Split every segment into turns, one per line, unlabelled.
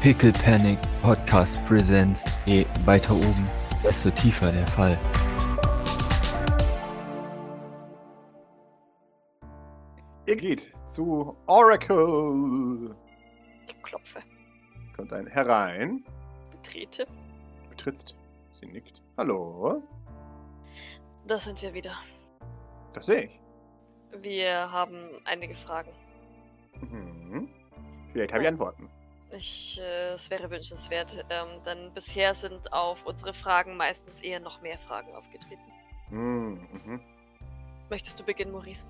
Pickle Panic Podcast Presents. Je weiter oben, desto tiefer der Fall.
Ihr geht zu Oracle.
Ich klopfe,
Kommt ein herein.
betrete.
Du trittst. Sie nickt. Hallo.
Da sind wir wieder.
Das sehe ich.
Wir haben einige Fragen.
Mhm. Vielleicht habe ich Antworten.
Ich, äh, es wäre wünschenswert, ähm, denn bisher sind auf unsere Fragen meistens eher noch mehr Fragen aufgetreten.
Mhm. Mhm.
Möchtest du beginnen, Maurice?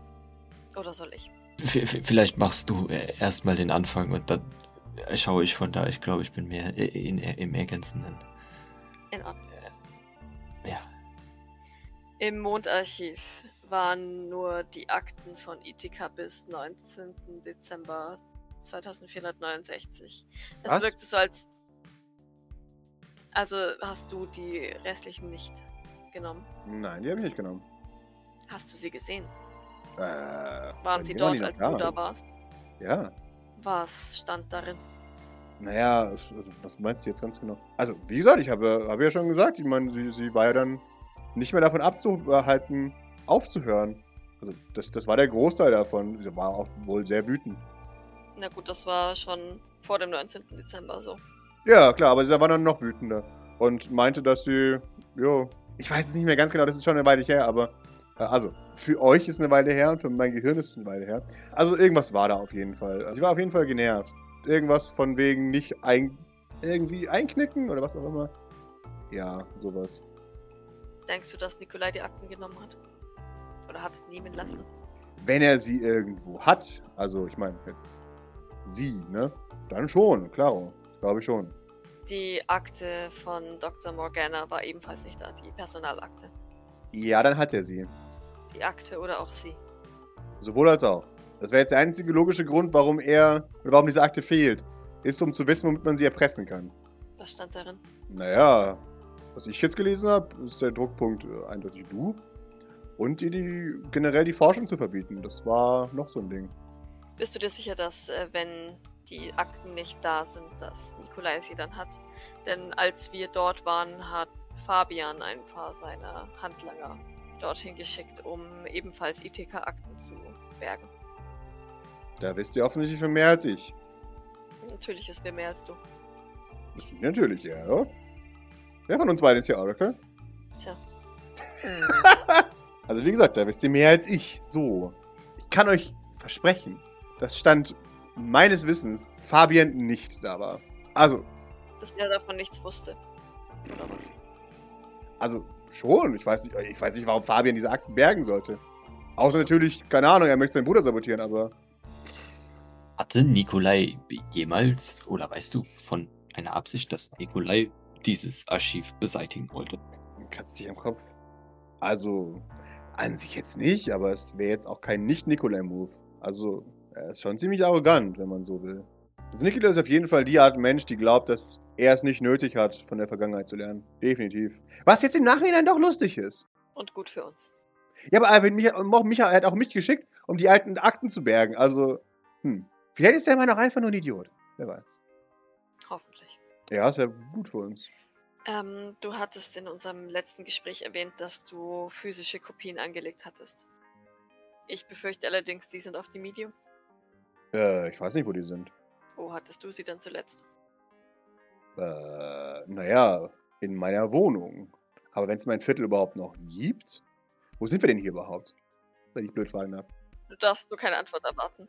Oder soll ich?
V v- vielleicht machst du äh, erstmal den Anfang und dann äh, schaue ich von da. Ich glaube, ich bin mehr äh, in, äh, im Ergänzenden.
In Ordnung.
Ja.
Im Mondarchiv waren nur die Akten von Ithaca bis 19. Dezember 2469. Es
Was?
wirkte so als... Also hast du die restlichen nicht genommen.
Nein, die habe ich nicht genommen.
Hast du sie gesehen?
Äh, bei
Waren sie
mir
dort,
die noch
als du da warst?
Ja.
Was stand darin?
Naja, es, also, was meinst du jetzt ganz genau? Also, wie gesagt, ich habe, habe ja schon gesagt, ich meine, sie, sie war ja dann nicht mehr davon abzuhalten, aufzuhören. Also, das, das war der Großteil davon. Sie war auch wohl sehr wütend.
Na gut, das war schon vor dem 19. Dezember so.
Ja, klar, aber sie war dann noch wütender und meinte, dass sie, jo, ich weiß es nicht mehr ganz genau, das ist schon eine Weile her, aber äh, also für euch ist eine Weile her und für mein Gehirn ist es eine Weile her. Also irgendwas war da auf jeden Fall. Also, Sie war auf jeden Fall genervt. Irgendwas von wegen nicht ein, irgendwie einknicken oder was auch immer. Ja, sowas.
Denkst du, dass Nikolai die Akten genommen hat? Oder hat nehmen lassen?
Wenn er sie irgendwo hat, also ich meine jetzt sie, ne? Dann schon, klar, glaube ich schon.
Die Akte von Dr. Morgana war ebenfalls nicht da, die Personalakte.
Ja, dann hat er sie.
Die Akte oder auch sie.
Sowohl als auch. Das wäre jetzt der einzige logische Grund, warum er, oder warum diese Akte fehlt. Ist, um zu wissen, womit man sie erpressen kann.
Was stand darin?
Naja, was ich jetzt gelesen habe, ist der Druckpunkt äh, eindeutig du. Und die, die, generell die Forschung zu verbieten. Das war noch so ein Ding.
Bist du dir sicher, dass, äh, wenn die Akten nicht da sind, dass Nikolai sie dann hat? Denn als wir dort waren, hat Fabian ein paar seiner Handlanger dorthin geschickt, um ebenfalls ITK-Akten zu bergen.
Da wisst ihr offensichtlich schon mehr als ich.
Natürlich ist mir mehr als du.
Das ist natürlich, ja, oder? Wer von uns beiden ist hier Oracle?
Tja.
Also wie gesagt, da wisst ihr mehr als ich. So. Ich kann euch versprechen, dass Stand meines Wissens Fabian nicht da war. Also,
Dass er davon nichts wusste. Oder was?
Also schon, ich weiß nicht, ich weiß nicht, warum Fabian diese Akten bergen sollte. Außer natürlich, keine Ahnung, er möchte seinen Bruder sabotieren, aber
Hatte Nikolai jemals oder weißt du von einer Absicht, dass Nikolai dieses Archiv beseitigen wollte?
kratzt sich am Kopf. Also, an sich jetzt nicht, aber es wäre jetzt auch kein Nicht-Nikolai-Move. Also, er ist schon ziemlich arrogant, wenn man so will. Also, Nikolai ist auf jeden Fall die Art Mensch, die glaubt, dass er es nicht nötig hat, von der Vergangenheit zu lernen. Definitiv. Was jetzt im Nachhinein doch lustig ist.
Und gut für uns.
Ja, aber Alvin, mich, hat- und auch Micha, er hat auch mich geschickt, um die alten Akten zu bergen. Also, hm. Vielleicht ist der Mann auch einfach nur ein Idiot. Wer weiß.
Hoffentlich.
Ja, ist ja gut für uns.
Ähm, du hattest in unserem letzten Gespräch erwähnt, dass du physische Kopien angelegt hattest. Ich befürchte allerdings, die sind auf dem Medium.
Äh, ich weiß nicht, wo die sind.
Wo hattest du sie denn zuletzt?
Äh, naja, in meiner Wohnung. Aber wenn es mein Viertel überhaupt noch gibt, wo sind wir denn hier überhaupt? Wenn ich blöd fragen darf.
Du darfst nur keine Antwort erwarten.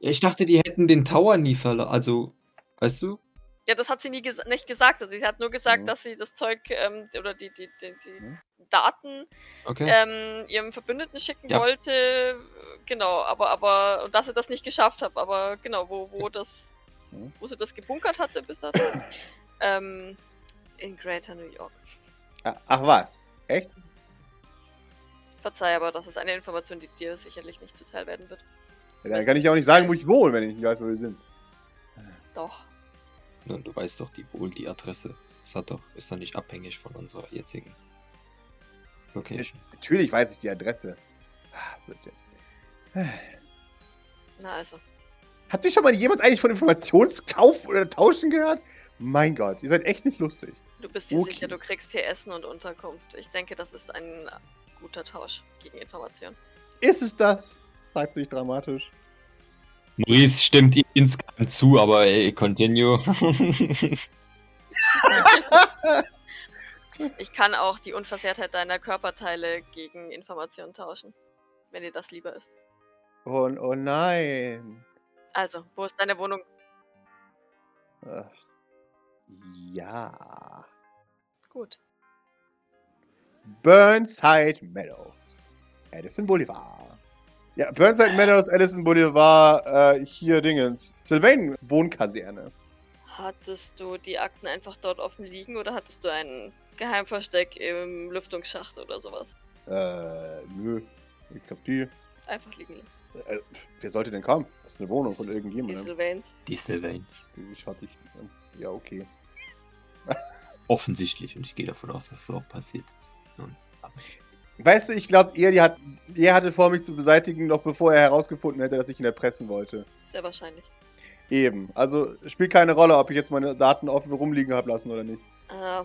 Ich dachte, die hätten den Tower nie verloren. Also, weißt du?
Ja, das hat sie nie gesa nicht gesagt. Also sie hat nur gesagt,
Mhm.
dass sie das Zeug ähm, oder die, die, die, die
Mhm.
Daten
Okay.
ähm, ihrem Verbündeten schicken
Ja.
wollte. Genau, aber, aber, und dass sie das nicht geschafft hat, aber genau, wo, wo das,
Mhm.
wo sie das gebunkert hatte bis dato. ähm, in Greater New York.
Ah, Ach was? Echt?
Verzeih, aber das ist eine Information, die dir sicherlich nicht zuteil werden wird.
Ja, dann kann ich ja auch nicht sagen, wo ich wohne, wenn ich nicht weiß, wo wir sind.
Doch.
Nun, du weißt doch die wohl die Adresse. Ist doch, ist doch nicht abhängig von unserer jetzigen Location.
Natürlich weiß ich die Adresse. Ah, Blödsinn.
Na also.
Habt ihr schon mal jemals eigentlich von Informationskauf oder Tauschen gehört? Mein Gott, ihr seid echt nicht lustig.
Du bist dir
Okay.
sicher, du kriegst hier Essen und Unterkunft. Ich denke, das ist ein guter Tausch gegen Informationen.
Ist es das? fragt sich dramatisch.
Maurice stimmt ihm insgesamt zu, aber ey, continue.
Ich kann auch die Unversehrtheit deiner Körperteile gegen Informationen tauschen, wenn dir das lieber ist.
Oh, oh nein.
Also, wo ist deine Wohnung?
Ach. Ja.
Gut.
Burnside Meadows. Addison Boulevard. Ja, Burnside Meadows, Addison Boulevard, äh, hier Dingens. Sylvain Wohnkaserne.
Hattest du die Akten einfach dort offen liegen oder hattest du einen Geheimversteck im Lüftungsschacht oder sowas?
Äh, nö. Ich glaub, die.
Einfach liegen lassen.
Äh, pf, wer sollte denn kommen? Das ist eine Wohnung von
Die
irgendjemandem.
Sylvains.
Die Sylvains.
Die ist schattig. Ja, okay.
Offensichtlich. Und ich gehe davon aus, dass es auch passiert ist. Nun,
Weißt du, ich glaube, er, die hat, er hatte vor, mich zu beseitigen, noch bevor er herausgefunden hätte, dass ich ihn erpressen wollte.
Sehr wahrscheinlich.
Eben. Also spielt keine Rolle, ob ich jetzt meine Daten offen rumliegen habe lassen oder nicht.
Äh,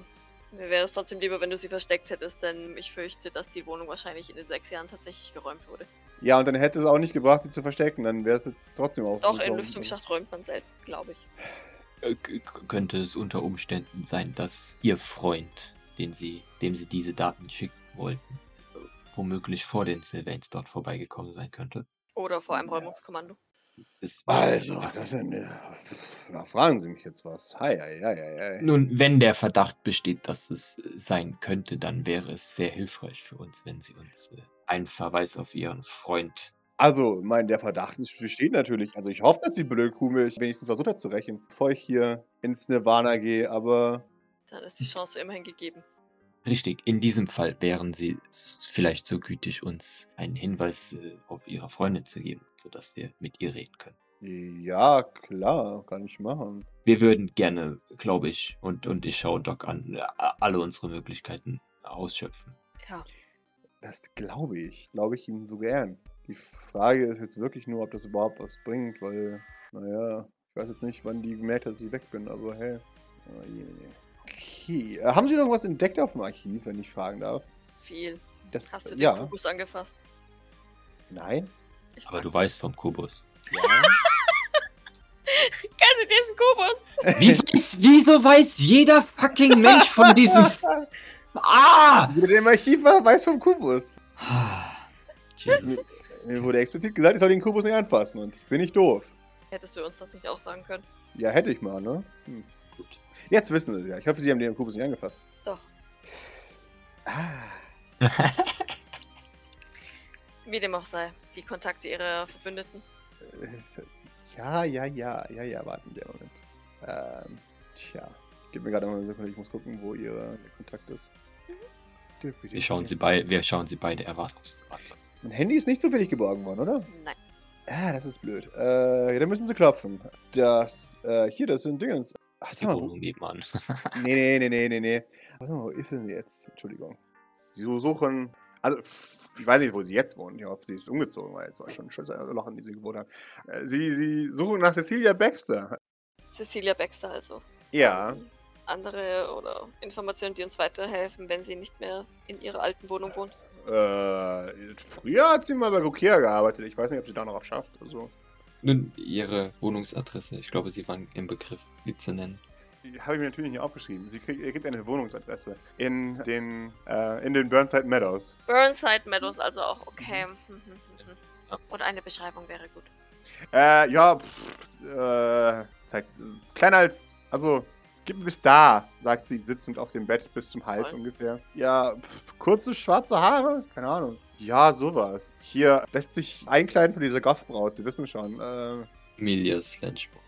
mir wäre es trotzdem lieber, wenn du sie versteckt hättest, denn ich fürchte, dass die Wohnung wahrscheinlich in den sechs Jahren tatsächlich geräumt wurde.
Ja, und dann hätte es auch nicht gebracht, sie zu verstecken. Dann wäre es jetzt trotzdem auch.
Doch, in Lüftungsschacht räumt man selten, glaube ich.
äh, k- k- könnte es unter Umständen sein, dass ihr Freund, den sie, dem sie diese Daten schicken wollten, äh, womöglich vor den Sylvains dort vorbeigekommen sein könnte.
Oder vor einem Räumungskommando.
Ist-
Also, das sind. Na, fragen Sie mich jetzt was. Hi, hi, hi, hi, hi.
Nun, wenn der Verdacht besteht, dass es äh, sein könnte, dann wäre es sehr hilfreich für uns, wenn Sie uns äh, einen Verweis auf Ihren Freund.
Also, mein, der Verdacht ist- besteht natürlich. Also, ich hoffe, dass die blöde Kuh mich wenigstens versucht hat zu rächen, bevor ich hier ins Nirvana gehe, aber.
Dann ist die Chance immerhin gegeben.
Richtig, in diesem Fall wären Sie s- vielleicht so gütig, uns einen Hinweis äh, auf Ihre Freundin zu geben, sodass wir mit ihr reden können.
Ja, klar, kann ich machen.
Wir würden gerne, glaube ich, und, und ich schaue Doc an, äh, alle unsere Möglichkeiten ausschöpfen.
Ja,
Das glaube ich. Glaube ich Ihnen so gern. Die Frage ist jetzt wirklich nur, ob das überhaupt was bringt, weil, naja, ich weiß jetzt nicht, wann die gemerkt hat, dass ich weg bin, aber hey. Oh je. Okay. Äh, haben Sie noch was entdeckt auf dem Archiv, wenn ich fragen darf?
viel.
Das,
Hast du den
ja.
Fokus angefasst?
Nein?
Ich
Aber du weißt vom Kubus.
Kennst du diesen Kubus?
Wie weiß, wieso weiß jeder fucking Mensch von diesem. F ah!
Mit dem Archiv war, weiß vom Kubus.
Jesus.
Mir wurde explizit gesagt, ich soll den Kubus nicht anfassen und ich bin nicht doof.
Hättest du uns das nicht auch sagen können?
Ja, hätte ich mal, ne? Hm.
Gut.
Jetzt wissen Sie es ja. Ich hoffe, Sie haben den Kubus nicht angefasst.
Doch.
Ah.
Wie dem auch sei. Die Kontakte ihrer Verbündeten.
Äh, Ja, ja, ja, ja, ja, warten Sie einen Moment. Ähm, tja. Gib mir gerade noch eine Sekunde, ich muss gucken, wo Ihr Kontakt ist.
Wir schauen sie, bei, wir schauen sie beide erwartungsgemäß. an.
Mein Handy ist nicht zufällig geborgen worden, oder?
Nein.
Ah, das ist blöd. Äh, ja, da müssen Sie klopfen. Das, äh, hier, das sind Dingens. Ach,
Die
sag mal, wo,
Wohnung nebenan.
Nee, nee, nee, nee, nee, nee. Warte mal, wo ist denn sie jetzt? Entschuldigung. Sie suchen. Also, pff, ich weiß nicht, wo sie jetzt wohnt. Ich hoffe, sie ist umgezogen, weil es war schon ein schönes Loch, in dem sie gewohnt hat. Äh, Sie, sie suchen nach Cecilia Baxter.
Cecilia Baxter also.
Ja.
Ähm, Andere oder Informationen, die uns weiterhelfen, wenn sie nicht mehr in ihrer alten Wohnung wohnt.
Äh, früher hat sie mal bei Gokea gearbeitet. Ich weiß nicht, ob sie da noch was schafft. Also,
Nun, ihre Wohnungsadresse. Ich glaube, sie waren im Begriff, sie zu nennen.
die habe ich mir natürlich nicht aufgeschrieben. Sie kriegt, ihr kriegt eine Wohnungsadresse in den, äh, in den Burnside Meadows.
Burnside Meadows also auch. Okay. mhm, Und eine Beschreibung wäre gut.
Äh, ja, pff, äh, ist halt äh, kleiner als, also, gib mir bis da, sagt sie, sitzend auf dem Bett bis zum Hals
Nein.
ungefähr. Ja, pff, kurze schwarze Haare, keine Ahnung. Ja, sowas. Hier lässt sich einkleiden von dieser Goth-Braut, Sie wissen schon. Äh,
Emilia Slanchmore.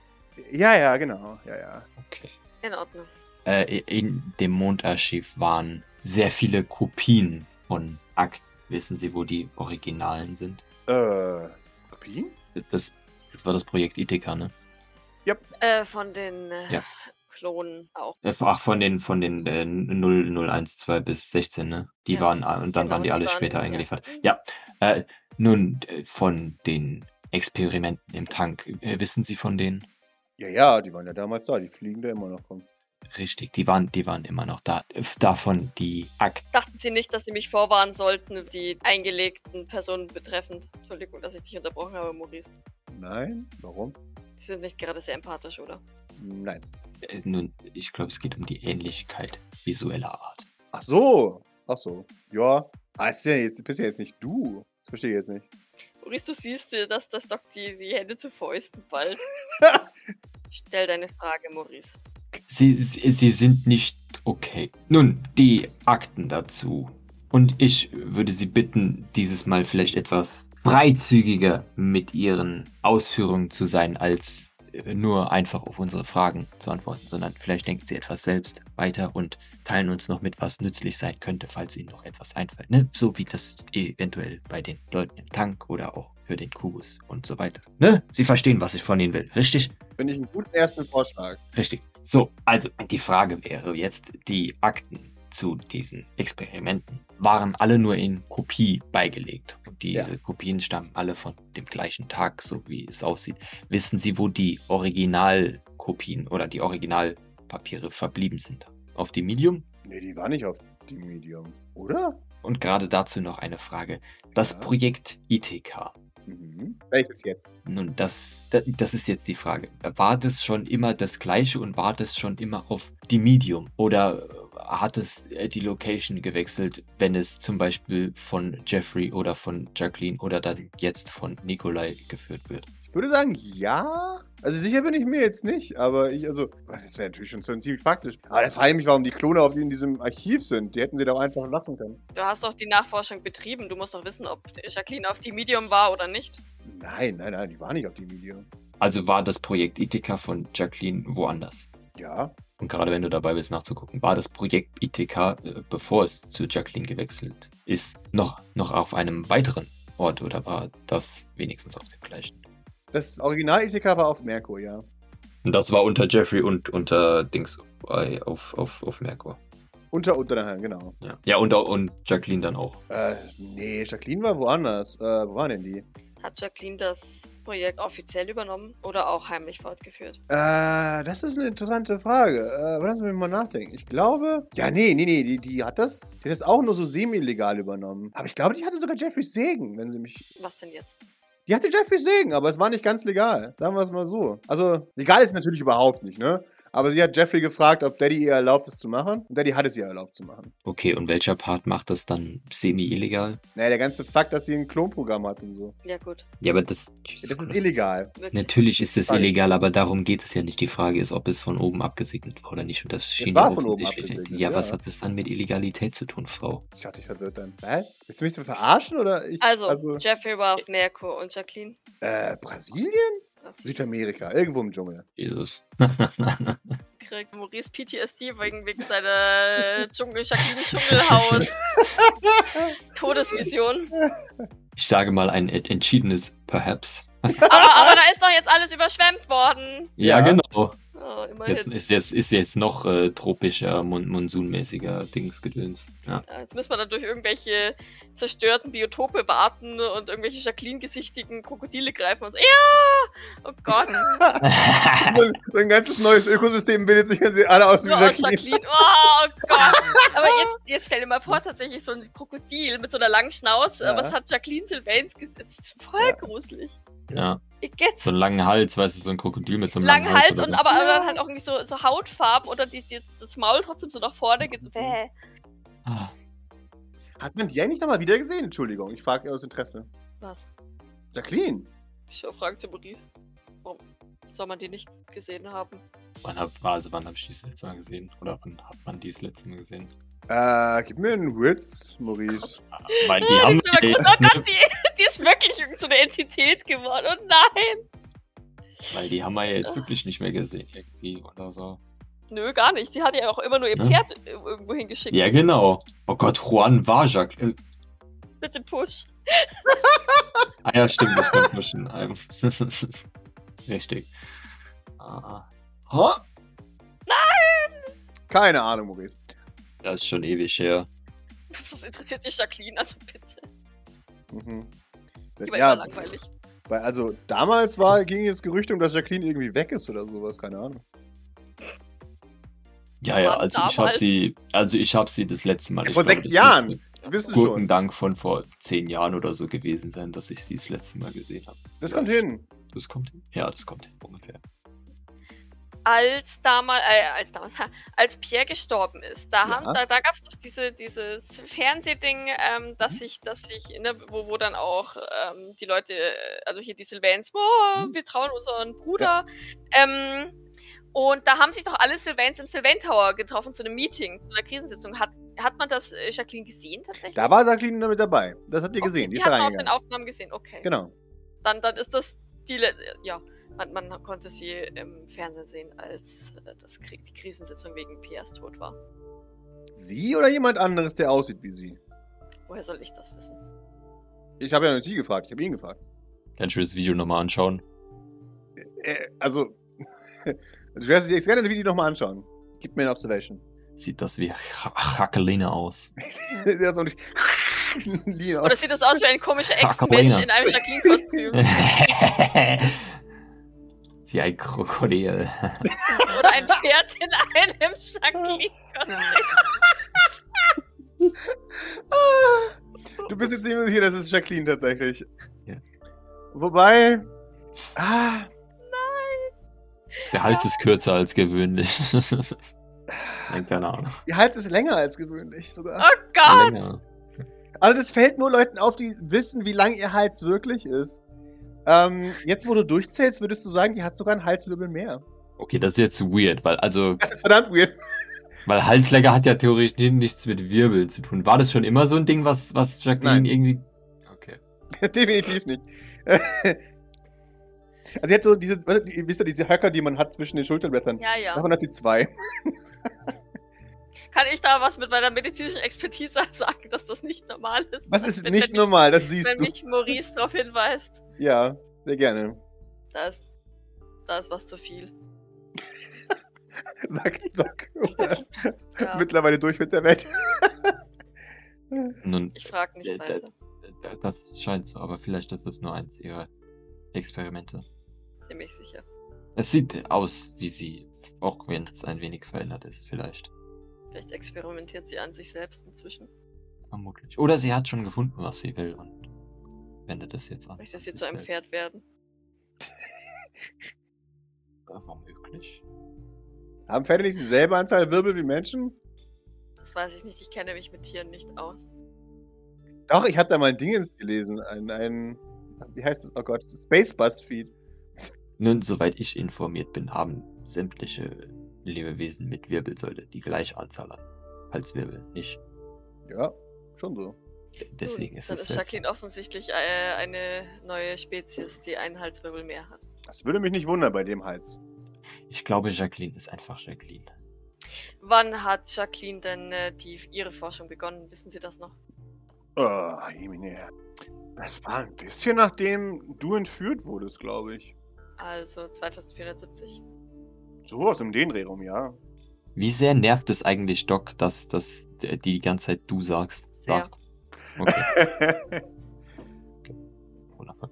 ja, ja, genau, ja, ja.
Okay.
In Ordnung.
Äh, in dem Mondarchiv waren sehr viele Kopien von Akten. Wissen Sie, wo die Originalen sind?
Äh, Kopien?
Das, das war das Projekt Ithaca, ne?
Äh, von den äh,
Ja.
Klonen auch.
Äh, Ach, von den, von den äh, 0012 bis 16, ne? Die
Ja,
waren, a- und dann
genau,
waren die,
die
alle
waren-
später
ja. Mhm.
eingeliefert. Ja. Äh, nun, äh, von den Experimenten im Tank. Äh, wissen Sie von denen?
Ja, ja, die waren ja damals da, die fliegen da immer noch rum.
Richtig, die waren, die waren immer noch da. Davon die Akten.
Dachten Sie nicht, dass Sie mich vorwarnen sollten, die eingelegten Personen betreffend? Entschuldigung, dass ich dich unterbrochen habe, Maurice.
Nein? Warum?
Sie sind nicht gerade sehr empathisch, oder?
Nein.
Äh, nun, ich glaube, es geht um die Ähnlichkeit visueller Art.
Ach so. Ach so. Ja. Ah, ist ja jetzt, bist ja jetzt nicht du. Das verstehe ich jetzt nicht.
Maurice, du siehst, dass das Doc die, die Hände zu Fäusten ballt. Stell deine Frage, Maurice.
Sie, sie, sie sind nicht okay. Nun, die Akten dazu. Und ich würde Sie bitten, dieses Mal vielleicht etwas freizügiger mit Ihren Ausführungen zu sein, als äh, nur einfach auf unsere Fragen zu antworten, sondern vielleicht denken Sie etwas selbst weiter und teilen uns noch mit, was nützlich sein könnte, falls Ihnen noch etwas einfällt. Ne? So wie das eventuell bei den Leuten im Tank oder auch für den Kubus und so weiter. Ne? Sie verstehen, was ich von Ihnen will, richtig?
Finde ich einen guten ersten Vorschlag.
Richtig. So, also die Frage wäre jetzt, die Akten zu diesen Experimenten waren alle nur in Kopie beigelegt. Und diese
Ja.
Kopien stammen alle von dem gleichen Tag, so wie es aussieht. Wissen Sie, wo die Originalkopien oder die Originalpapiere verblieben sind? Auf dem Medium?
Nee, die war nicht auf dem Medium. Oder?
Und gerade dazu noch eine Frage. Das
Ja.
Projekt ITK.
Mhm. Welches jetzt?
Nun, das, da- das ist jetzt die Frage. War das schon immer das gleiche und war das schon immer auf die Medium? Oder hat es äh, die Location gewechselt, wenn es zum Beispiel von Jeffrey oder von Jacqueline oder dann jetzt von Nikolai geführt wird?
Ich würde sagen, ja. Also sicher bin ich mir jetzt nicht, aber ich, also, das wäre natürlich schon ziemlich praktisch. Aber dann frage ich mich, warum die Klone auf die in diesem Archiv sind. Die hätten sie doch einfach lachen können.
Du hast doch die Nachforschung betrieben. Du musst doch wissen, ob Jacqueline auf die Medium war oder nicht.
Nein, nein, nein, die war nicht auf dem Medium.
Also war das Projekt Ithaca von Jacqueline woanders?
Ja.
Und gerade wenn du dabei bist nachzugucken, war das Projekt ITK, äh, bevor es zu Jacqueline gewechselt ist, noch, noch auf einem weiteren Ort oder war das wenigstens auf dem gleichen?
Das Original-ETK war auf Merkur, ja.
Und Das war unter Jeffrey und unter Dings bei, auf, auf, auf Merkur.
Unter Unterhang, genau.
Ja, ja und, auch- und Jacqueline dann auch.
Äh, nee, Jacqueline war woanders. Äh, wo waren denn die?
Hat Jacqueline das Projekt offiziell übernommen oder auch heimlich fortgeführt?
Äh, das ist eine interessante Frage. Äh, lassen wir mal nachdenken. Ich glaube. Ja, nee, nee, nee. Die, die hat das. Die hat das auch nur so semi-legal übernommen. Aber ich glaube, die hatte sogar Jeffreys Segen, wenn sie mich.
Was denn jetzt?
Die hatte Jeffreys Segen, aber es war nicht ganz legal. Sagen wir es mal so. Also, legal ist es natürlich überhaupt nicht, ne? Aber sie hat Jeffrey gefragt, ob Daddy ihr erlaubt, es zu machen. Und Daddy hat es ihr erlaubt zu machen.
Okay, und welcher Part macht das dann semi-illegal?
Naja, der ganze Fakt, dass sie ein Klonprogramm hat und so.
Ja gut,
Ja, aber das.
Das ist illegal.
wirklich.
Natürlich ist es
Frage.
illegal, aber darum geht es ja nicht. Die Frage ist, ob es von oben abgesegnet war oder nicht. Und das schien
war
ja
von oben
offensichtlich nicht.
abgesegnet,
Ja,
ja.
was hat das dann mit Illegalität zu tun, Frau?
Ich hatte dich verwirrt dann. Hä? Willst du mich so verarschen oder? Ich,
Also, Jeffrey war auf Merkur und Jacqueline.
äh, Brasilien?
Was?
Südamerika, irgendwo im Dschungel.
Jesus.
Kriegt Maurice PTSD wegen, wegen seiner Dschungel, Jacqueline Dschungelhaus. Todesvision.
ich sage mal ein ent- entschiedenes Perhaps.
Aber, aber da ist doch jetzt alles überschwemmt worden.
Ja,
Ja.
genau.
Oh,
Jetzt
immerhin.
ist jetzt, ist jetzt noch äh, tropischer, mon monsunmäßiger Dingsgedöns. Ja.
Ja, Jetzt müssen wir dann durch irgendwelche zerstörten Biotope warten und irgendwelche Jacqueline-gesichtigen Krokodile greifen und so, ja! Oh Gott,
so, ein, so ein ganzes neues Ökosystem bildet sich, wenn sie alle aus wie
nur aus
Jacqueline.
Jacqueline, oh, oh Gott! Aber jetzt, jetzt stell dir mal vor, tatsächlich so ein Krokodil mit so einer langen Schnauze,
Ja.
was hat Jacqueline Sylvains gesetzt? Das ist voll
Ja.
gruselig.
Ja,
Ich get
so einen langen Hals, weißt du, so ein Krokodil mit so einem
langen Hals
oder
und
so.
aber, aber
Ja.
dann halt auch irgendwie so, so Hautfarben oder die, die, das Maul trotzdem so nach vorne geht. Bäh.
Ah,
Hat man die eigentlich nochmal wieder gesehen? Entschuldigung, ich frage aus Interesse.
Was?
Jacqueline?
Ich frage zu Maurice. Warum soll man die nicht gesehen haben?
Wann hab, war- also wann hab ich die das letzte Mal gesehen? Oder wann hat man die das letzte Mal gesehen?
Äh, gib mir einen Witz, Maurice.
Ah, Weil die haben
Oh
die
Gott,
jetzt,
oh Gott,
ne?
die, die ist wirklich irgend so eine Entität geworden. Oh nein!
Weil die haben wir ja jetzt wirklich nicht mehr gesehen irgendwie oder so.
Nö, gar nicht. Sie hat ja auch immer nur ihr
Ja.
Pferd äh, irgendwo hingeschickt.
Ja, genau. Oh Gott, Juan Vajak. Äh,
Mit dem Push.
ah ja, stimmt, das kommt zwischen einem. Richtig. Ah. Ha?
Keine Ahnung, Maurice.
Das ist schon ewig her.
Was interessiert dich Jacqueline? Also bitte.
Mhm.
Die war
Ja,
immer langweilig.
weil also damals war, ging das Gerücht um, dass Jacqueline irgendwie weg ist oder sowas, keine Ahnung.
Ja, ja,
Wann
also ich habe
damals?
sie, also ich habe sie das letzte Mal. ich
Vor sechs
das
Jahren.
müsste
Wissen
Guten
schon.
Dank von vor zehn Jahren oder so gewesen sein, dass ich sie das letzte Mal gesehen habe.
Das kommt hin.
Das kommt hin. Ja, das kommt hin, ungefähr.
Als damals, äh, als damals, ha, als Pierre gestorben ist, da,
Ja.
haben, da, da gab es doch diese, dieses Fernsehding,
Mhm.
ähm, dass sich, dass sich, ne, wo, wo dann auch ähm, die Leute, äh, also hier die Sylvans, oh,
Mhm.
wir trauen unseren Bruder. Ähm, und da haben sich doch alle Sylvans im Sylvan Tower getroffen zu einem Meeting, zu einer Krisensitzung. Hat, hat man das äh, Jacqueline gesehen tatsächlich?
Da war Jacqueline mit dabei. Das habt ihr
Okay,
gesehen. Die
die
ist da
hat man aus den
reingegangen.
Aufnahmen gesehen, okay.
Genau.
dann, dann ist das die Le ja, man, man konnte sie im Fernsehen sehen, als äh, das Krieg die Krisensitzung wegen Piers Tod war.
Sie oder jemand anderes, der aussieht wie sie?
Woher soll ich das wissen?
Ich habe ja nicht sie gefragt, ich habe ihn gefragt.
Kannst du das Video nochmal anschauen?
Äh, also, du wirst dir gerne das Video nochmal anschauen. Gib mir eine Observation.
Sieht das wie Ha- Hackeline aus.
der ist auch nicht. Linus.
Oder sieht das aus wie ein komischer
Ah,
Ex-Mensch
Sabrina.
in einem Jacqueline-Kostüm?
wie ein Krokodil.
Oder ein Pferd in einem Jacqueline-Kostüm?
Ah, du bist jetzt nicht mehr hier, das ist Jacqueline tatsächlich.
Ja.
Wobei. Ah,
Der Hals ist kürzer als gewöhnlich. Nein, keine Ahnung.
ihr Hals ist länger als gewöhnlich sogar.
Oh Gott!
Länger.
Also, das fällt nur Leuten auf, die wissen, wie lang ihr Hals wirklich ist. Ähm, jetzt, wo du durchzählst, würdest du sagen, die hat sogar einen Halswirbel mehr.
Okay, das ist jetzt weird, weil also,
Das ist verdammt weird.
weil Halslecker hat ja theoretisch nichts mit Wirbeln zu tun. War das schon immer so ein Ding, was, was Jacqueline
Nein.
irgendwie. Okay.
Definitiv nicht. also, sie hat so diese, weißt du, wisst ihr, diese Höcker, die man hat zwischen den Schulterblättern.
Ja, ja.
Davon hat sie zwei.
Kann ich da was mit meiner medizinischen Expertise sagen, dass das nicht normal ist?
Das ist
Wenn-
nicht
wenn
normal, das
Mich,
siehst
wenn
du.
mich Maurice darauf hinweist,
Ja, sehr gerne.
da ist, da ist was zu viel.
Sag, sag.
Ja,
Mittlerweile durch mit der Welt.
Nun,
ich frage nicht
Ja, da-
weiter.
äh, das scheint so, aber vielleicht ist das nur eins ihrer Experimente.
Ziemlich sicher.
Es sieht aus wie sie, auch wenn es ein wenig verändert ist, vielleicht.
Vielleicht experimentiert sie an sich selbst inzwischen.
Vermutlich. Oder sie hat schon gefunden, was sie will und wendet es jetzt an.
Möchte sie zu einem Pferd werden?
Ja, Womöglich.
Haben Pferde nicht dieselbe Anzahl Wirbel wie Menschen?
Das weiß ich nicht. Ich kenne mich mit Tieren nicht aus.
Doch, ich habe da mal ein Dingens gelesen. Ein, ein, wie heißt das? Oh Gott, Space Buzzfeed.
Nun, soweit ich informiert bin, haben sämtliche Lebewesen mit Wirbelsäule die gleiche Anzahl an Halswirbel, nicht?
Ja, schon so.
D- Deswegen
Nun,
ist
Dann
es
ist Jacqueline offensichtlich äh, eine neue Spezies, die einen Halswirbel mehr hat.
Das würde mich nicht wundern bei dem Hals.
seltsam. Ich glaube, Jacqueline ist einfach Jacqueline.
Wann hat Jacqueline denn äh, die, ihre Forschung begonnen? Wissen Sie das noch?
Oh, Jemine. Das war ein bisschen nachdem du entführt wurdest, glaube ich.
Also 2470.
Sowas um den Dreh rum, ja.
Wie sehr nervt es eigentlich Doc, dass, dass d- die die ganze Zeit du sagst?
Sehr.
Sagt? Okay,
Äh,
wunderbar.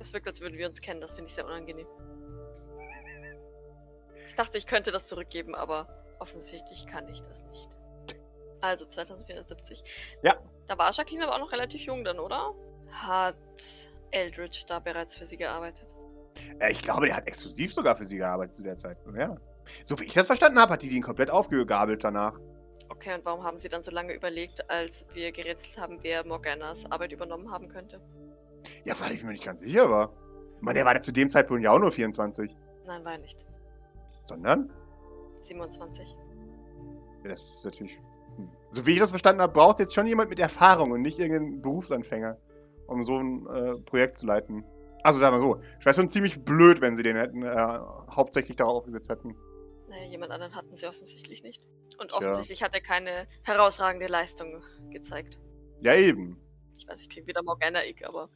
Es wirkt, als würden wir uns kennen. Das finde ich sehr unangenehm. Ich dachte, ich könnte das zurückgeben, aber offensichtlich kann ich das nicht. Also 2470.
Ja.
Da war Jacqueline aber auch noch relativ jung dann, oder? Hat Eldridge da bereits für sie gearbeitet?
Äh, ich glaube, der hat exklusiv sogar für sie gearbeitet zu der Zeit. Ja. So wie ich das verstanden habe, hat die den komplett aufgegabelt danach.
Okay, und warum haben sie dann so lange überlegt, als wir gerätselt haben, wer Morganas Arbeit übernommen haben könnte?
Ja, weil ich mir nicht ganz sicher war. Ich meine, der war ja zu dem Zeitpunkt ja auch nur 24.
Nein, war er nicht.
Sondern?
27.
Ja, das ist natürlich. hm. So wie ich das verstanden habe, braucht jetzt schon jemand mit Erfahrung und nicht irgendeinen Berufsanfänger, um so ein äh, Projekt zu leiten. Also sagen wir so, ich wäre schon ziemlich blöd, wenn sie den hätten, äh, hauptsächlich darauf aufgesetzt hätten.
Naja, jemand anderen hatten sie offensichtlich nicht. Und
Tja.
offensichtlich hat er keine herausragende Leistung gezeigt.
Ja, eben.
Ich weiß, ich klinge wieder Morgana-ig, aber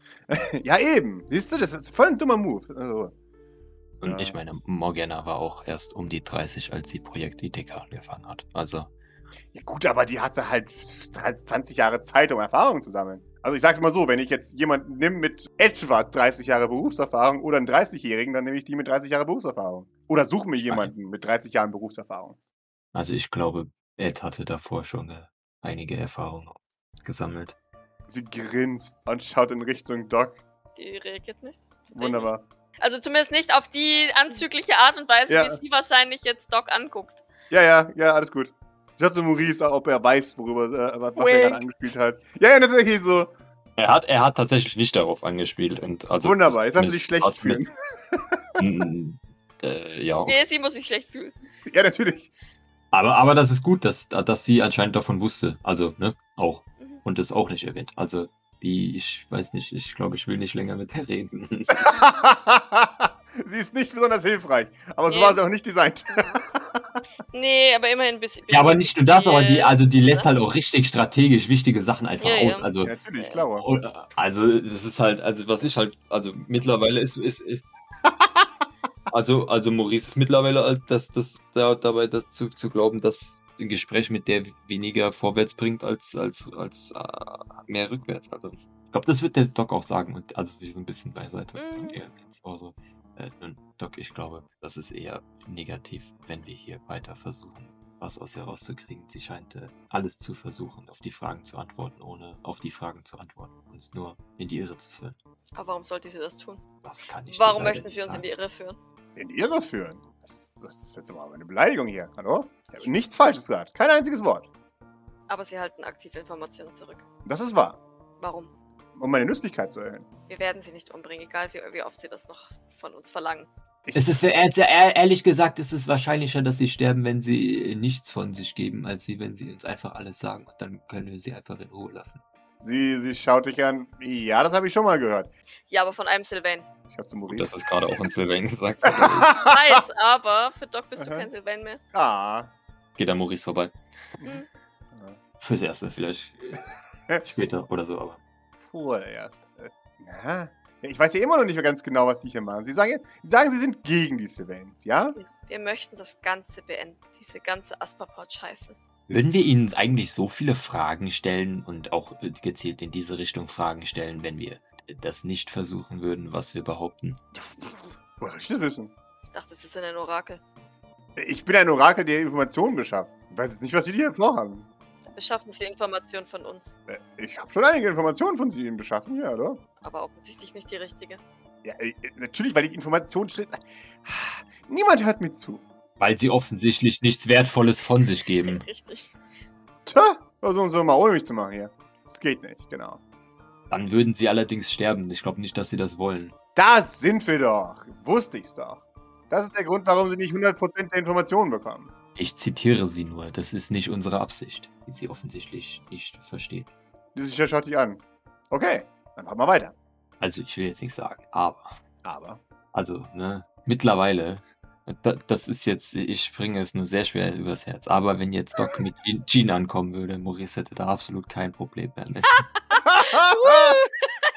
ja, eben. Siehst du, das ist voll ein dummer Move. Also,
Und
Ja.
ich meine, Morgana war auch erst um die 30, als sie Projekt Ithaca angefangen hat. Also,
ja, gut, aber die hatte halt 20 Jahre Zeit, um Erfahrung zu sammeln. Also ich sag's mal so, wenn ich jetzt jemanden nimm mit etwa 30 Jahre Berufserfahrung oder einen 30-Jährigen, dann nehme ich die mit 30 Jahre Berufserfahrung. Oder suche mir jemanden mit 30 Jahren Berufserfahrung.
Also ich glaube, Ed hatte davor schon äh, einige Erfahrungen gesammelt.
Sie grinst und schaut in Richtung Doc.
Die reagiert nicht. Tatsächlich.
Wunderbar.
Also zumindest nicht auf die anzügliche Art und Weise,
Ja.
wie sie wahrscheinlich jetzt Doc anguckt.
Ja, ja, ja, alles gut. Ich hatte so Maurice, ob er weiß, worüber äh, was, was er
Wink.
gerade angespielt hat. Ja, ja, tatsächlich so.
Er hat, er hat tatsächlich nicht darauf angespielt. Und also
Wunderbar, jetzt darfst du dich schlecht
Hat
fühlen.
mit- Mm, äh, ja.
Nee, sie muss sich schlecht fühlen.
Ja, natürlich.
Aber, aber das ist gut, dass, dass sie anscheinend davon wusste. Also, ne, auch.
Mhm.
Und das auch nicht erwähnt. Also, die, ich weiß nicht, ich glaube, ich will nicht länger mit ihr reden.
Sie ist nicht besonders hilfreich, aber so
Nee.
war sie auch nicht designt.
Nee, aber immerhin ein bisschen.
ja, aber nicht nur das, aber die, also die lässt
ne?
halt auch richtig strategisch wichtige Sachen einfach
Ja, ja.
aus. Also,
Ja, natürlich, klar.
Oder- Also, das ist halt, also was ich halt, also mittlerweile ist, ist, ist also, also Maurice ist mittlerweile halt, dass das da, dabei das zu, zu glauben, dass ein Gespräch mit der weniger vorwärts bringt als, als, als äh, mehr rückwärts. Also, ich glaube, das wird der Doc auch sagen und also sich so ein bisschen beiseite.
Mhm.
Und ihr jetzt auch so, äh, nun, Doc, ich glaube, das ist eher negativ, wenn wir hier weiter versuchen, was aus ihr rauszukriegen. Sie scheint äh, alles zu versuchen, auf die Fragen zu antworten, ohne auf die Fragen zu antworten, uns nur in die Irre zu führen.
Aber warum sollte sie das tun?
Das kann ich. halt
warum möchten sie uns in die Irre führen?
In die Irre führen. Das, das ist jetzt aber eine Beleidigung hier. Hallo? Ich habe nichts Falsches gesagt. Kein einziges Wort.
Aber sie halten aktiv Informationen zurück.
Das ist wahr.
Warum?
Um meine Nützlichkeit zu erhöhen.
Wir werden sie nicht umbringen, egal wie, wie oft sie das noch von uns verlangen.
Es ist ehrlich gesagt, es ist wahrscheinlicher, dass sie sterben, wenn sie äh, nichts von sich geben, als sie, wenn sie uns einfach alles sagen. Und dann können wir sie einfach in Ruhe lassen.
Sie, sie schaut dich an. Ja, das habe ich schon mal gehört.
Ja, aber von einem Sylvain.
Ich habe zu Maurice.
ist gerade auch in Sylvain gesagt.
Weiß, aber für Doc bist du
Aha.
kein Sylvain mehr.
ah.
Geht an Maurice vorbei.
Mhm.
Hm.
Fürs Erste, vielleicht äh, später oder so, aber.
Vorerst. Äh, Na? Ja, ich weiß ja immer noch nicht ganz genau, was die hier machen. Sie sagen, sie sagen, sie sind gegen die Sylvains, ja?
Wir möchten das Ganze beenden. Diese ganze Asperport-Scheiße.
Würden wir ihnen eigentlich so viele Fragen stellen und auch äh, gezielt in diese Richtung Fragen stellen, wenn wir das nicht versuchen würden, was wir behaupten?
Woher soll ich das wissen?
Ich dachte, es ist in ein Orakel.
Ich bin ein Orakel, der Informationen beschafft. Ich weiß jetzt nicht, was sie hier vorhaben.
Dann beschaffen sie Informationen von uns.
Äh, Ich habe schon einige Informationen von ihnen beschaffen, ja, oder?
Aber offensichtlich nicht die richtige.
Ja, äh, natürlich, weil die Informationen... schli- Niemand hört mir zu.
Weil sie offensichtlich nichts Wertvolles von sich geben.
Richtig.
Tja, versuchen sie doch mal ohne mich zu machen hier. Das geht nicht, genau.
Dann würden sie allerdings sterben. Ich glaube nicht, dass sie das wollen.
Da sind wir doch. Wusste ich's doch. Das ist der Grund, warum sie nicht 100% der Informationen bekommen.
Ich zitiere sie nur. Das ist nicht unsere Absicht, die sie offensichtlich nicht versteht.
Die Sicher schaut dich an. Okay, dann machen wir weiter.
Also ich will jetzt nicht sagen, aber.
Aber.
Also, ne, mittlerweile, da- das ist jetzt, ich bringe es nur sehr schwer übers Herz, aber wenn jetzt Doc mit Jean- Jean ankommen würde, Maurice hätte da absolut kein Problem mehr mit.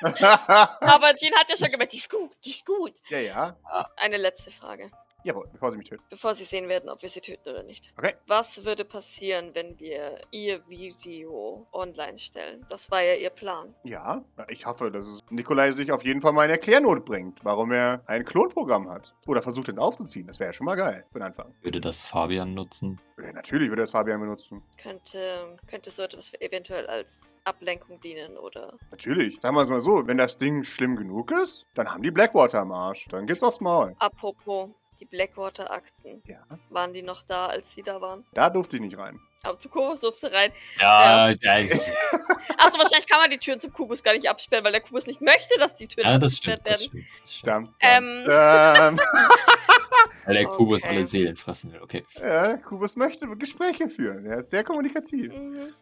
Aber Jean hat ja schon gemerkt, die ist gut, die ist gut.
ja, ja.
Eine letzte Frage,
Jawohl, bevor sie mich töten.
bevor sie sehen werden, ob wir sie töten oder nicht.
Okay.
Was würde passieren, wenn wir ihr Video online stellen? Das war ja ihr Plan.
Ja, ich hoffe, dass es Nikolai sich auf jeden Fall mal in Erklärnot bringt, warum er ein Klonprogramm hat. Oder versucht, es aufzuziehen. Das wäre ja schon mal geil für den Anfang.
Würde das Fabian nutzen?
Ja, natürlich würde das Fabian benutzen.
Könnte, könnte so etwas eventuell als Ablenkung dienen oder
Natürlich. Sagen wir es mal so, wenn das Ding schlimm genug ist, dann haben die Blackwater am Arsch. Dann geht's aufs Maul.
apropos. Die Blackwater-Akten,
Ja.
waren die noch da, als sie da waren?
Da durfte ich nicht rein.
Aber zu Kubus durfte sie rein.
Ja, ja. das-
Achso, Also wahrscheinlich kann man die Türen zum Kubus gar nicht absperren, weil der Kubus nicht möchte, dass die Türen
ja, das
abgesperrt
stimmt. Das stimmt, das stimmt.
Dam, dam,
werden. Ähm,
dam.
Weil der Kubus
Okay.
alle Seelen fressen will. Okay.
Ja, Kubus möchte Gespräche führen. Er ist sehr kommunikativ.
Mhm.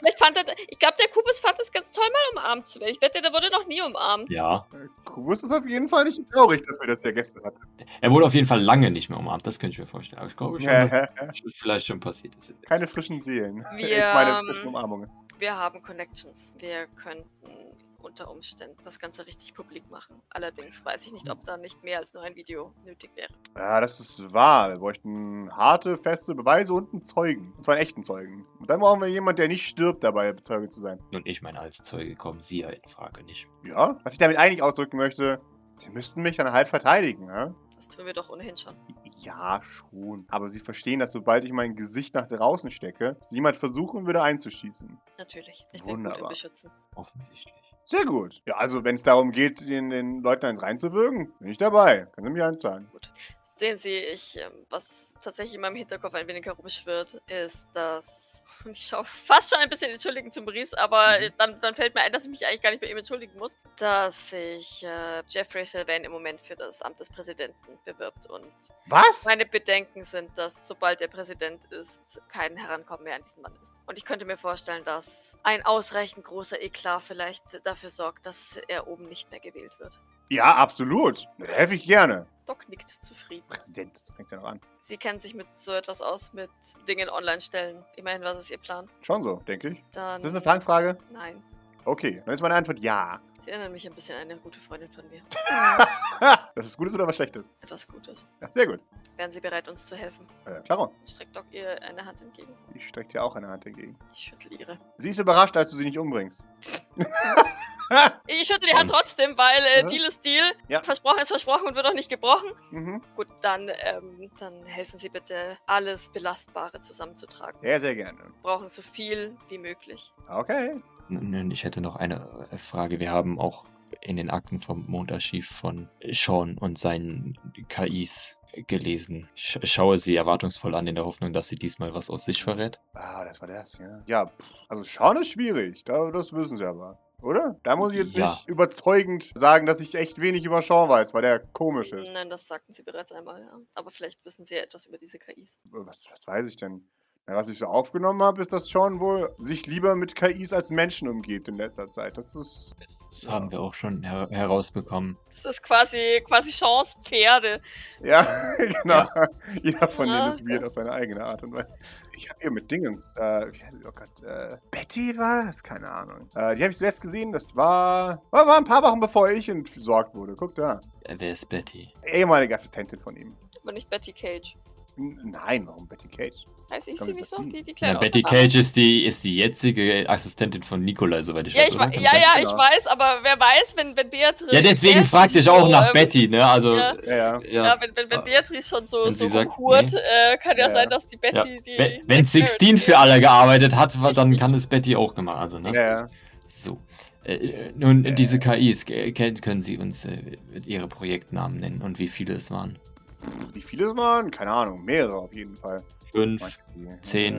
Vielleicht fand er, ich glaube, der Kubus fand es ganz toll, mal umarmt zu werden. Ich wette, der wurde noch nie umarmt.
Ja.
Kubus ist auf jeden Fall nicht traurig dafür, dass er Gäste hatte.
Er wurde auf jeden Fall lange nicht mehr umarmt, das könnte ich mir vorstellen. Aber ich glaube schon, dass
Keine
das vielleicht schon passiert ist.
frischen Seelen.
Wir,
ich meine
ähm,
frischen Umarmungen.
Wir haben Connections. Wir könnten unter Umständen das Ganze richtig publik machen. Allerdings weiß ich nicht, ob da nicht mehr als nur ein Video nötig wäre.
Ja, das ist wahr. Wir bräuchten harte, feste Beweise und einen Zeugen. Und zwar einen echten Zeugen. Und dann brauchen wir jemanden, der nicht stirbt, dabei Zeuge zu sein.
Und ich meine, als Zeuge kommen sie ja in Frage nicht.
Ja, was ich damit eigentlich ausdrücken möchte, sie müssten mich dann halt verteidigen, ja?
Das tun wir doch ohnehin schon.
Ja, schon. Aber sie verstehen, dass sobald ich mein Gesicht nach draußen stecke, es jemand versuchen würde einzuschießen.
Natürlich. Ich bin gut im
Wunderbar.
Beschützen.
Offensichtlich.
Sehr gut. Ja, also wenn es darum geht, den, den Leuten eins reinzuwürgen, bin ich dabei. Können Sie mich einzahlen.
Sehen Sie, ich, ähm, was tatsächlich in meinem Hinterkopf ein wenig herumschwirrt, ist, dass. Und ich schaue fast schon ein bisschen entschuldigen zum Maurice, aber äh, dann, dann fällt mir ein, dass ich mich eigentlich gar nicht bei ihm entschuldigen muss, dass sich äh, Jeffrey Sylvain im Moment für das Amt des Präsidenten bewirbt. Und
Was?
meine Bedenken sind, dass sobald er Präsident ist, kein Herankommen mehr an diesen Mann ist. Und ich könnte mir vorstellen, dass ein ausreichend großer Eklat vielleicht dafür sorgt, dass er oben nicht mehr gewählt wird.
ja, absolut. Da helfe ich gerne.
Doc nickt zufrieden.
Präsident, das fängt ja noch an.
Sie kennt sich mit so etwas aus, mit Dingen online stellen. Immerhin, was ist ihr Plan?
Schon so, denke ich.
Dann.
Ist das eine Fangfrage?
Nein.
Okay, dann ist meine Antwort ja.
Sie erinnern mich ein bisschen an eine gute Freundin von mir.
Ha, das ist Gutes oder was Schlechtes?
Etwas Gutes.
Ja, sehr gut.
Wären Sie bereit, uns zu helfen?
Äh, Klaro,
Streckt Doc ihr eine Hand entgegen.
ich strecke dir auch eine Hand entgegen.
Ich schüttle ihre.
Sie ist überrascht, als du sie nicht umbringst.
Ich schüttle die Hand trotzdem, weil äh,
Ja.
Deal ist Deal.
Ja.
Versprochen ist versprochen und wird auch nicht gebrochen.
Mhm.
Gut, dann, ähm, dann helfen Sie bitte, alles Belastbare zusammenzutragen.
Sehr, sehr gerne.
Wir brauchen so viel wie möglich.
Okay.
N- n- Ich hätte noch eine äh, Frage. Wir haben auch in den Akten vom Mondarchiv von Sean und seinen KIs gelesen. Ich schaue sie erwartungsvoll an in der Hoffnung, dass sie diesmal was aus sich verrät.
Ah, das war das, ja. Ja, pff, also schauen ist schwierig. Da, das wissen sie aber. Oder? Da muss ich jetzt
Ja.
nicht überzeugend sagen, dass ich echt wenig über Sean weiß, weil der komisch ist.
Nein, das sagten Sie bereits einmal, ja. Aber vielleicht wissen Sie ja etwas über diese KIs.
Was, was weiß ich denn? Na, was ich so aufgenommen habe, ist, dass Sean wohl sich lieber mit KIs als Menschen umgeht in letzter Zeit. Das ist.
Das
Ja.
haben wir auch schon her herausbekommen.
Das ist quasi, quasi Chance Pferde.
Ja, genau. Jeder von
Ja, Ah,
denen ist
okay.
weird auf seine eigene Art und Weise. Ich habe hier mit Dingens, äh, wie heißt sie? Oh Gott, äh, Betty war das? Keine Ahnung. Äh, die habe ich zuletzt gesehen, das war, war, war ein paar Wochen bevor ich entsorgt wurde. Guck da.
Äh, Wer ist Betty?
Ehemalige Assistentin von ihm.
Aber nicht Betty Cage.
N nein, warum Betty Cage?
Heißt ich
Komm,
sie
ist
nicht
das
so?
die?
Die, die kleine
Na, Betty
Autofahrer.
Cage ist die, ist die jetzige Assistentin von Nikolai, soweit ich
Ja,
weiß.
ich,
oder?
wa-
Kann
ja,
sein.
ja,
Genau.
ich weiß, aber wer weiß, wenn, wenn Beatrice.
Ja, deswegen
Beatrice
fragte ich auch
so,
nach
ähm,
Betty, ne? Also,
ja.
äh,
Ja, ja.
ja.
Ja, wenn, wenn, wenn
Ah.
Beatrice schon so,
Wenn
so
sie sagt,
rumhurt, äh, kann ja,
Ja.
sein, dass die Betty die.
Wenn, wenn 16 für alle gearbeitet hat, wa- dann kann es Betty auch gemacht. Also, ne?
Ja, ja.
So. Äh, nun,
Ja.
diese KIs, ge- kennt- können Sie uns äh, Ihre Projektnamen nennen und wie viele es waren?
Wie viele es waren? Keine Ahnung, mehrere auf jeden Fall.
5, Zehn.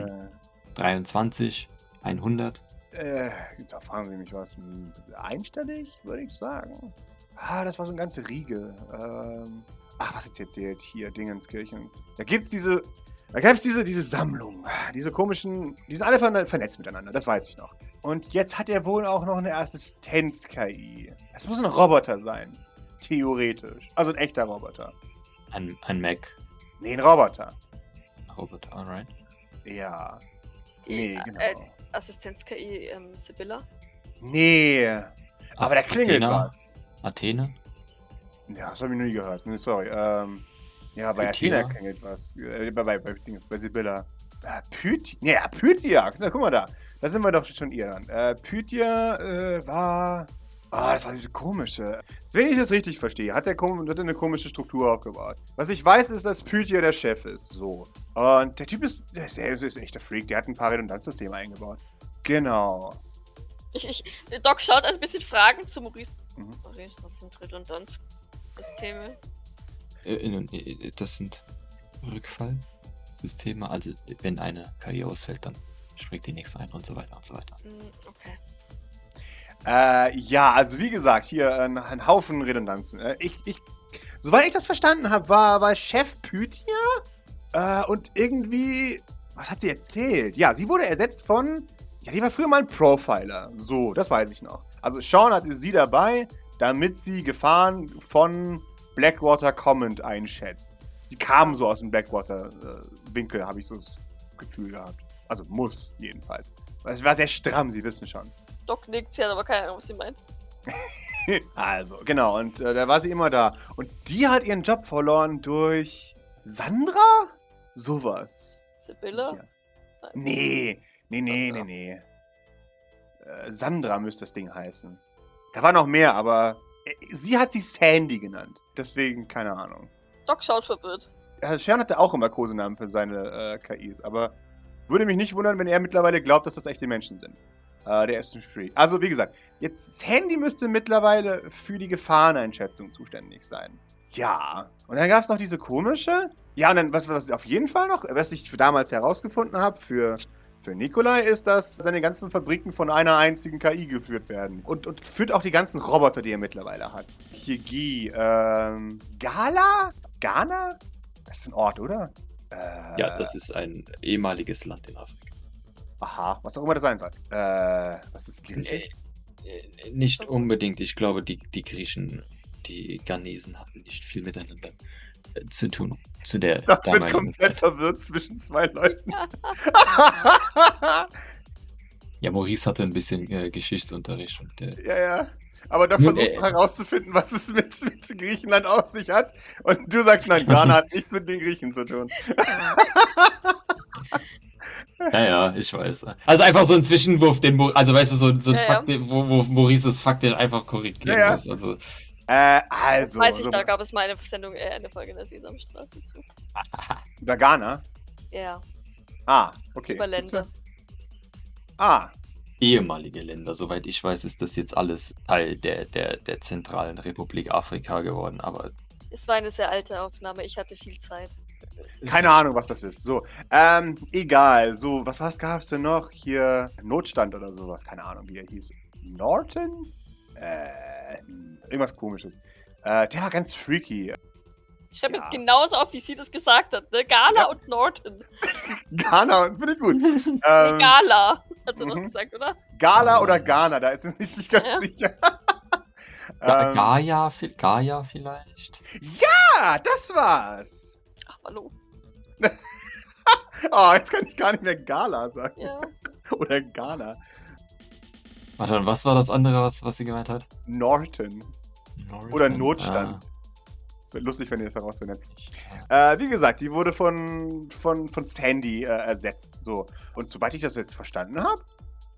Äh,
23, 100?
Äh, da fragen Sie mich was. Hm, Einstellig, würde ich sagen. Ah, das war so eine ganze Riege. Ähm, ach, was jetzt erzählt? Hier, Dingenskirchens. Da gibt's diese. Da gab's diese, diese Sammlung. Diese komischen. Die sind alle verne- vernetzt miteinander, das weiß ich noch. Und jetzt hat er wohl auch noch eine Assistenz-KI. Es muss ein Roboter sein. Theoretisch. Also ein echter Roboter.
Ein, ein Mac.
Nee, ein Roboter.
Roboter, alright.
Ja.
Die
Nee, genau.
äh, Assistenz-KI ähm, Sibylla.
Nee. Aber da klingelt
Athena?
was.
Athene?
Ja, das habe ich noch nie gehört. Nee, sorry. Ähm, ja, bei
Pythia?
Athena klingelt was. Äh, bei, bei, bei, Dings, bei Sibylla. Äh, Pythia. Nee, ja, Pythia. Na, guck mal da. Da sind wir doch schon ihr dann. Äh, Pythia äh, war. Ah, das war diese komische. Wenn ich das richtig verstehe, hat er kom hat er eine komische Struktur aufgebaut. Was ich weiß, ist, dass Pythia der Chef ist. So. Und der Typ ist. Der ist, der ist ein echter Freak. Der hat ein paar Redundanzsysteme eingebaut. Genau.
Ich, ich, Doc schaut ein bisschen Fragen zu Maurice.
Mhm.
Maurice, was sind Redundanz-Systeme?
Äh, nun, äh, das sind Rückfallsysteme. Also, wenn eine KI ausfällt, dann springt die nächste ein und so weiter und so weiter.
Hm, okay.
Äh, ja, also wie gesagt, hier ein, ein Haufen Redundanzen. Äh, ich, ich, soweit ich das verstanden habe, war, war Chef Pythia äh, und irgendwie, was hat sie erzählt? Ja, sie wurde ersetzt von, ja, die war früher mal ein Profiler. So, das weiß ich noch. Also Sean hatte sie dabei, damit sie Gefahren von Blackwater Comment einschätzt. Sie kamen so aus dem Blackwater-Winkel, habe ich so das Gefühl gehabt. Also muss, jedenfalls. Es war sehr stramm, Sie wissen schon.
Doc nickt, sie hat aber keine Ahnung, was sie meint.
Also, genau, und äh, da war sie immer da. Und die hat ihren Job verloren durch Sandra? Sowas.
Sibylla?
Ja. Nee, nee, nee,
Sandra.
nee, nee. Äh, Sandra müsste das Ding heißen. Da war noch mehr, aber äh, sie hat sie Sandy genannt. Deswegen, keine Ahnung.
Doc schaut verwirrt.
Also Schern hatte auch immer Kosenamen für seine äh, KIs, aber würde mich nicht wundern, wenn er mittlerweile glaubt, dass das echte Menschen sind. Äh, der ist ein Freak. Also, wie gesagt, jetzt das Handy müsste mittlerweile für die Gefahreneinschätzung zuständig sein. Ja. Und dann gab es noch diese komische. Ja, und dann, was, was auf jeden Fall noch, was ich für damals herausgefunden habe, für, für Nikolai, ist, dass seine ganzen Fabriken von einer einzigen KI geführt werden. Und, und führt auch die ganzen Roboter, die er mittlerweile hat. Higi, ähm, Gala? Ghana? Das ist ein Ort, oder? Äh,
Ja, das ist ein ehemaliges Land in Afrika.
Aha, was auch immer das sein soll. Äh, was ist griechisch?
Äh, Nicht unbedingt. Ich glaube, die, die Griechen, die Ghanesen hatten nicht viel miteinander äh, zu tun. Zu der
Das wird
damaligen
komplett verwirrt zwischen zwei Leuten.
Ja, Maurice hatte ein bisschen äh, Geschichtsunterricht und äh,
ja, ja. Aber da
Nun,
versucht
äh,
man herauszufinden, was es mit, mit Griechenland auf sich hat. Und du sagst, nein, Ghana hat nichts mit den Griechen zu tun.
Ja, ja, ich weiß. Also einfach so ein Zwischenwurf, den Mo also weißt du, so, so ein
Ja, ja.
Fakt, den- wo, wo Maurice das faktisch einfach korrigieren
Ja, ja.
muss. Also,
Äh, also.
Weiß ich,
so,
da gab es mal eine Sendung, äh, eine Folge der Sesamstraße zu.
über Ghana?
Ja,
Ah, okay.
über
Siehst du?
Länder.
Ah,
ehemalige Länder, soweit ich weiß, ist das jetzt alles Teil der, der, der zentralen Republik Afrika geworden. Aber
Es war eine sehr alte Aufnahme, ich hatte viel Zeit.
keine Ahnung, was das ist. So, ähm, egal. So, was, was gab's denn noch? Hier Notstand oder sowas. Keine Ahnung, wie er hieß. Norton? Äh, irgendwas komisches. Äh, der war ganz freaky.
Ich schreibe
Ja.
jetzt genauso auf, wie sie das gesagt hat, ne? Gala
Ja.
und Norton.
Ghana, finde ich gut.
Ähm,
ähm,
Gala, hat er noch
mhm.
gesagt, oder?
Gala oder Ghana, da ist es nicht, nicht ganz
Ja.
sicher.
Ga
Ähm,
Gaia, vi- Gaia vielleicht?
ah, das war's.
Ach, hallo.
Oh, jetzt kann ich gar nicht mehr Gala sagen.
Ja.
Oder Ghana.
Warte, und was war das andere, was, was sie gemeint hat?
Norton. Oder Notstand.
Ah.
Das wird lustig, wenn ihr das herausfindet. Äh, wie gesagt, die wurde von, von, von Sandy äh, ersetzt. So. Und soweit ich das jetzt verstanden habe,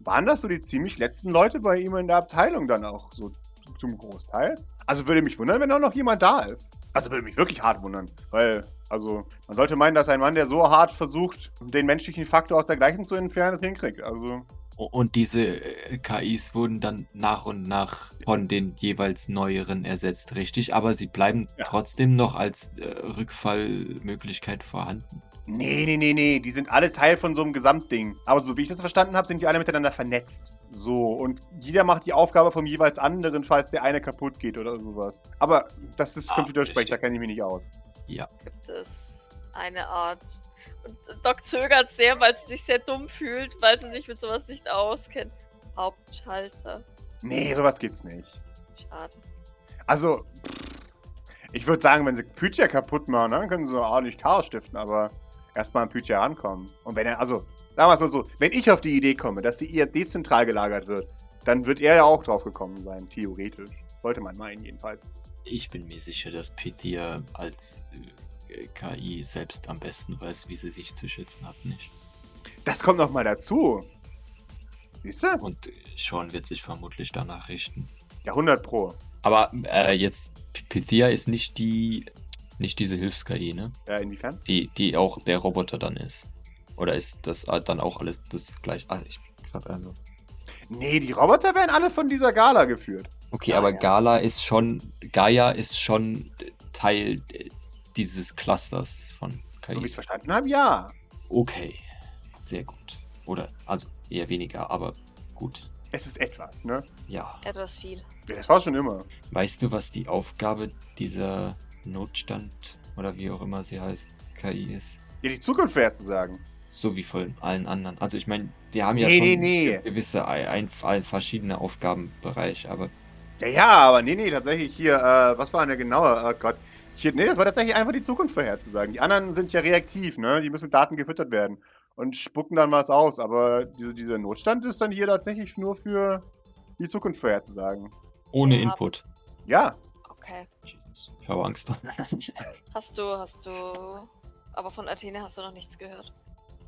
waren das so die ziemlich letzten Leute bei ihm in der Abteilung dann auch so zum Großteil. Also würde mich wundern, wenn auch noch jemand da ist. Also würde mich wirklich hart wundern, weil, also, man sollte meinen, dass ein Mann, der so hart versucht, den menschlichen Faktor aus der gleichen zu entfernen, es hinkriegt. Also,
O- Und diese äh, KIs wurden dann nach und nach von den jeweils neueren ersetzt, richtig? Aber sie bleiben
Ja.
trotzdem noch als äh, Rückfallmöglichkeit vorhanden.
Nee, nee, nee, nee. Die sind alle Teil von so einem Gesamtding. Aber so wie ich das verstanden habe, sind die alle miteinander vernetzt. So, und jeder macht die Aufgabe vom jeweils anderen, falls der eine kaputt geht oder sowas. Aber das ist
Ah,
Computersprech, da
verstehe.
kenne ich mich nicht aus.
Gibt es eine Art. Und Doc zögert sehr, weil sie sich sehr dumm fühlt, weil sie sich mit sowas nicht auskennt. Hauptschalter.
Nee, sowas gibt's nicht.
Schade.
Also, pff, ich würde sagen, wenn sie Pythia kaputt machen, dann können sie auch nicht Chaos stiften, aber erstmal an Pythia rankommen. Und wenn er, also, damals mal so, wenn ich auf die E Idee komme, dass sie ihr dezentral gelagert wird, dann wird er ja auch drauf gekommen sein, theoretisch. Sollte man meinen, jedenfalls.
Ich bin mir sicher, dass Pythia als äh, KI selbst am besten weiß, wie sie sich zu schützen hat, nicht?
Das kommt noch mal dazu. Siehst du?
Und äh, Sean wird sich vermutlich danach richten.
Ja, 100 Pro.
Aber äh, jetzt, P- Pythia ist nicht die, nicht diese Hilfs-KI, ne?
Äh, inwiefern?
Die, die auch der Roboter dann ist. Oder ist das äh, dann auch alles das gleiche? Ah, ich bin gerade also.
Nee, die Roboter werden alle von dieser Gala geführt.
Okay,
Gaia.
aber Gala ist schon, Gaia ist schon äh, Teil äh, dieses Clusters von KI.
So wie ich es verstanden habe, ja.
okay, sehr gut. Oder, also eher weniger, aber gut.
Es ist etwas, ne?
Ja.
Etwas viel.
Ja, Das war schon immer.
Weißt du, was die Aufgabe dieser Notstand oder wie auch immer sie heißt, KI ist?
Ja, die Zukunft wäre zu sagen.
So wie von allen anderen. Also ich meine, die haben ja
Nee,
schon
nee, nee.
gewisse ein, ein, ein, verschiedene Aufgabenbereiche, aber
Ja, ja, aber nee, nee, tatsächlich hier, äh, was war denn der genaue? Oh Gott. Hier, nee, das war tatsächlich einfach die Zukunft vorherzusagen. Die anderen sind ja reaktiv, ne? Die müssen mit Daten gefüttert werden und spucken dann was aus. Aber diese, dieser Notstand ist dann hier tatsächlich nur für die Zukunft vorherzusagen.
ohne
Ja.
Input.
Ja,
Okay.
Jesus, Ich habe Angst.
Hast du, hast du. Aber von Athene hast du noch nichts gehört.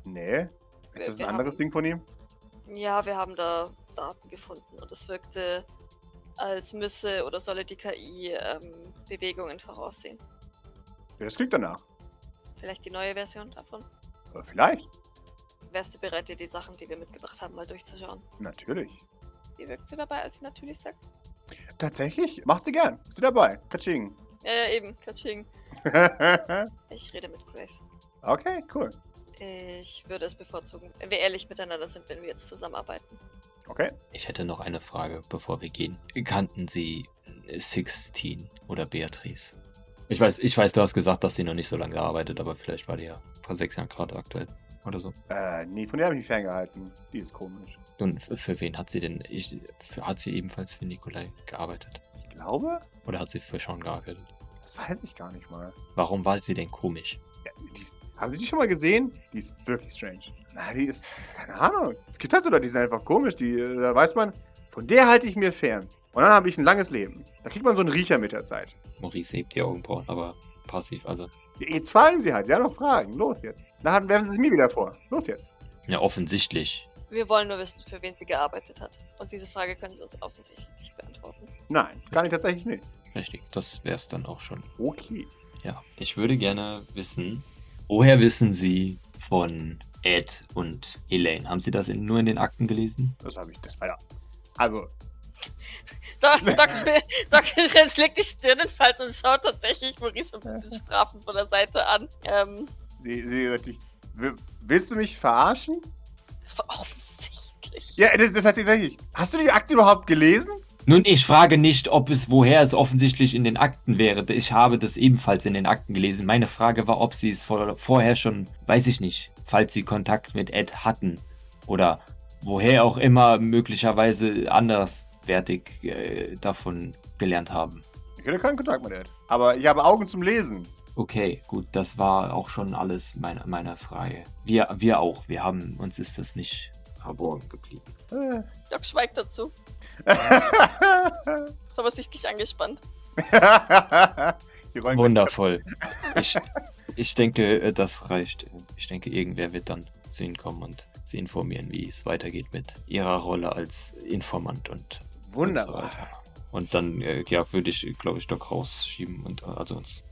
nee. Ist das
Wir
ein anderes
haben-
Ding von ihm?
Ja, wir haben da Daten gefunden und es wirkte, als müsse oder solle die KI ähm, Bewegungen voraussehen.
Ja, das klingt danach.
Vielleicht die neue Version davon?
Aber vielleicht.
Wärst du bereit, dir die Sachen, die wir mitgebracht haben, mal durchzuschauen?
Natürlich.
Wie wirkt sie dabei, als sie natürlich sagt?
Tatsächlich? Macht sie gern. Ist sie dabei? Katsching.
Ja, ja, eben, Katsching. Ich rede mit Grace.
okay, cool.
Ich würde es bevorzugen, wenn wir ehrlich miteinander sind, wenn wir jetzt zusammenarbeiten.
Okay.
Ich hätte noch eine Frage, bevor wir gehen. Kannten Sie äh, Sixteen oder Beatrice? Ich weiß, ich weiß, du hast gesagt, dass sie noch nicht so lange arbeitet, aber vielleicht war die ja vor sechs Jahren gerade aktuell oder so.
Äh, nee, von der habe ich mich ferngehalten. Die ist komisch.
Und für- für wen hat sie denn, ich, für, hat sie ebenfalls für Nikolai gearbeitet?
Ich glaube,
Oder hat sie für Sean gearbeitet?
das weiß ich gar nicht mal.
Warum war sie denn komisch?
Ja, die ist, haben Sie die schon mal gesehen? Die ist wirklich strange. Na, die ist, keine Ahnung. Es gibt halt so Leute, die sind einfach komisch. Die, äh, da weiß man, von der halte ich mir fern. Und dann habe ich ein langes Leben. Da kriegt man so einen Riecher mit der Zeit.
Maurice hebt die Augenbrauen, aber passiv, also.
Jetzt fragen Sie halt. Sie haben noch Fragen. Los jetzt. Dann werfen Sie es mir wieder vor. Los jetzt.
Ja, offensichtlich.
Wir wollen nur wissen, für wen sie gearbeitet hat. Und diese Frage können sie uns offensichtlich nicht beantworten.
Nein, kann ich tatsächlich nicht.
Richtig, das wär's dann auch schon.
Okay.
Ja, ich würde gerne wissen, woher wissen Sie von Ed und Elaine? Haben Sie das in, nur in den Akten gelesen?
Das habe ich. Das war ja. Also,
Doc, Doc, Doc Schrenz legt die Stirn in Falten und schaut tatsächlich Maurice ein bisschen strafend von der Seite an. Ähm,
sie, sie sagt, ich, wi- willst du mich verarschen?
das war offensichtlich.
Ja, das, das hat sie tatsächlich. Hast du die Akte überhaupt gelesen?
Nun, ich frage nicht, ob es woher es offensichtlich in den Akten wäre. Ich habe das ebenfalls in den Akten gelesen. Meine Frage war, ob Sie es vor, vorher schon, weiß ich nicht, falls Sie Kontakt mit Ed hatten oder woher auch immer möglicherweise anderswertig äh, davon gelernt haben.
Ich hatte keinen Kontakt mit Ed. Aber ich habe Augen zum Lesen.
Okay, gut, das war auch schon alles meiner, meiner Frage. Wir, wir auch, wir haben, uns ist das nicht verborgen geblieben.
Äh.
Doc schweigt dazu. Ist aber sichtlich angespannt.
Wir wollen
Wundervoll. Ich, ich denke, äh, das reicht. Ich denke, irgendwer wird dann zu Ihnen kommen und Sie informieren, wie es weitergeht mit Ihrer Rolle als Informant und, und so
Wunderbar.
weiter. Und dann, äh, ja, würde ich, glaube ich, doch rausschieben und äh, also uns.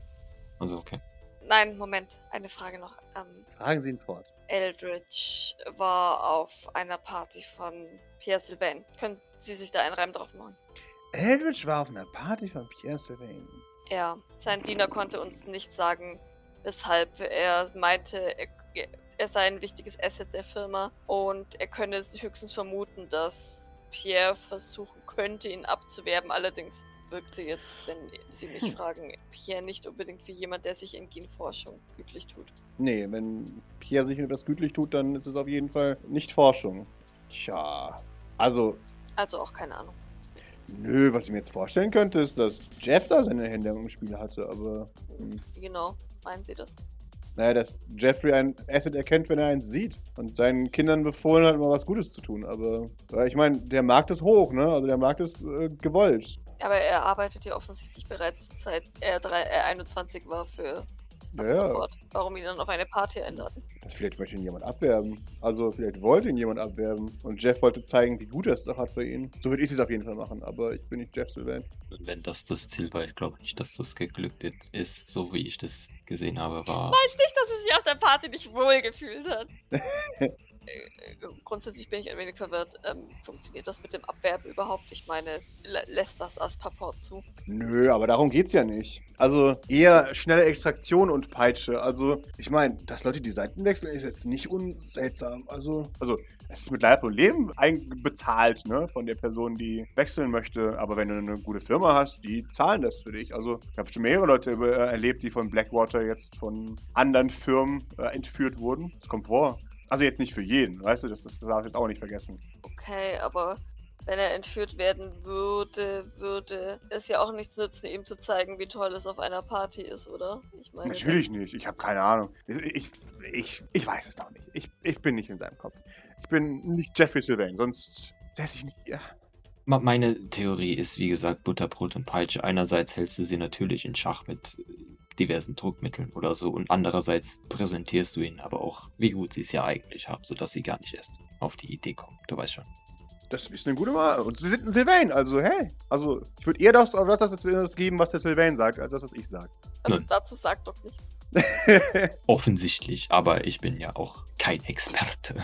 Also, okay.
Nein, Moment. Eine Frage noch. Ähm,
Fragen Sie ihn fort.
Eldridge war auf einer Party von Pierre Sylvain. Können Sie sich da einen Reim drauf machen?
Eldridge war auf einer Party von Pierre Sylvain.
Ja, sein Diener konnte uns nicht sagen, weshalb er meinte, er, er sei ein wichtiges Asset der Firma und er könne es höchstens vermuten, dass Pierre versuchen könnte, ihn abzuwerben. Allerdings wirkte jetzt, wenn Sie mich fragen, Pierre nicht unbedingt wie jemand, der sich in Genforschung gütlich tut.
Nee, wenn Pierre sich etwas gütlich tut, dann ist es auf jeden Fall nicht Forschung. Tja. Also,
Also auch keine Ahnung.
nö, was ich mir jetzt vorstellen könnte, ist, dass Jeff da seine Hände im Spiel hatte, aber. hm.
Genau, meinen Sie das?
Naja, dass Jeffrey ein Asset erkennt, wenn er eins sieht. Und seinen Kindern befohlen hat, mal was Gutes zu tun. Aber äh, ich meine, der Markt ist hoch, ne? Also der Markt ist äh, gewollt.
Aber er arbeitet ja offensichtlich bereits zur Zeit, er, drei, er 21 war für das
Ja, ja.
Report. Warum ihn dann auf eine Party einladen?
Das vielleicht möchte ihn jemand abwerben. Also vielleicht wollte ihn jemand abwerben. Und Jeff wollte zeigen, wie gut er es doch hat bei ihm. So würde ich es auf jeden Fall machen, aber ich bin nicht Jeff Sylvain.
Und wenn das das Ziel war, ich glaube nicht, dass das geglückt ist, so wie ich das gesehen habe, war.
Weiß nicht, dass er sich auf der Party nicht wohl gefühlt hat. Äh, äh, Grundsätzlich bin ich ein wenig verwirrt. Ähm, funktioniert das mit dem Abwerben überhaupt? Ich meine, lä lässt das als Paport zu?
Nö, aber darum geht's ja nicht. Also eher schnelle Extraktion und Peitsche. Also, ich meine, dass Leute die Seiten wechseln, ist jetzt nicht unseltsam. Also, also es ist mit Leib und Leben ein- bezahlt, ne, von der Person, die wechseln möchte. Aber wenn du eine gute Firma hast, die zahlen das für dich. Also, ich habe schon mehrere Leute äh, erlebt, die von Blackwater jetzt von anderen Firmen äh, entführt wurden. Das kommt vor. Also jetzt nicht für jeden, weißt du, das, das darf ich jetzt auch nicht vergessen.
Okay, aber wenn er entführt werden würde, würde es ja auch nichts nützen, ihm zu zeigen, wie toll es auf einer Party ist, oder? Ich meine,
Natürlich nicht. Ich habe keine Ahnung. Ich, ich, ich, ich weiß es doch nicht. Ich, ich bin nicht in seinem Kopf. Ich bin nicht Jeffrey Sylvain, sonst säße ich nicht hier.
Me- Meine Theorie ist, wie gesagt, Butterbrot und Peitsche. Einerseits hältst du sie natürlich in Schach mit äh, diversen Druckmitteln oder so und andererseits präsentierst du ihnen aber auch, wie gut sie es ja eigentlich haben, sodass sie gar nicht erst auf die Idee kommen. Du weißt schon.
Das ist eine gute Wahl. Und sie sind ein Sylvain, also hey. Also, ich würde eher das, auf das, das, das geben, was der Sylvain sagt, als das, was ich sage.
Nun.
Dazu sagt doch nichts.
Offensichtlich, aber ich bin ja auch kein Experte.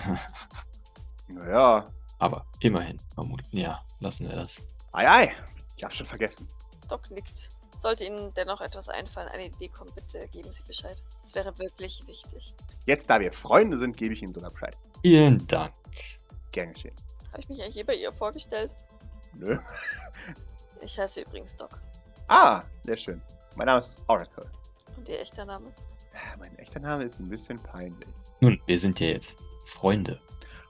Naja.
Aber immerhin, Mammut. Ja, lassen wir das.
Ei, ei. Ich hab schon vergessen.
Doc nickt. Sollte Ihnen dennoch etwas einfallen, eine Idee kommt, bitte geben Sie Bescheid. Es wäre wirklich wichtig.
Jetzt, da wir Freunde sind, gebe ich Ihnen sogar Bescheid.
Vielen Dank.
Gern geschehen.
Habe ich mich eigentlich je bei ihr vorgestellt?
Nö.
Ich heiße übrigens Doc.
Ah, sehr schön. Mein Name ist Oracle. Ah,
Und Ihr echter Name?
Mein echter Name ist ein bisschen peinlich.
Nun, wir sind ja jetzt Freunde.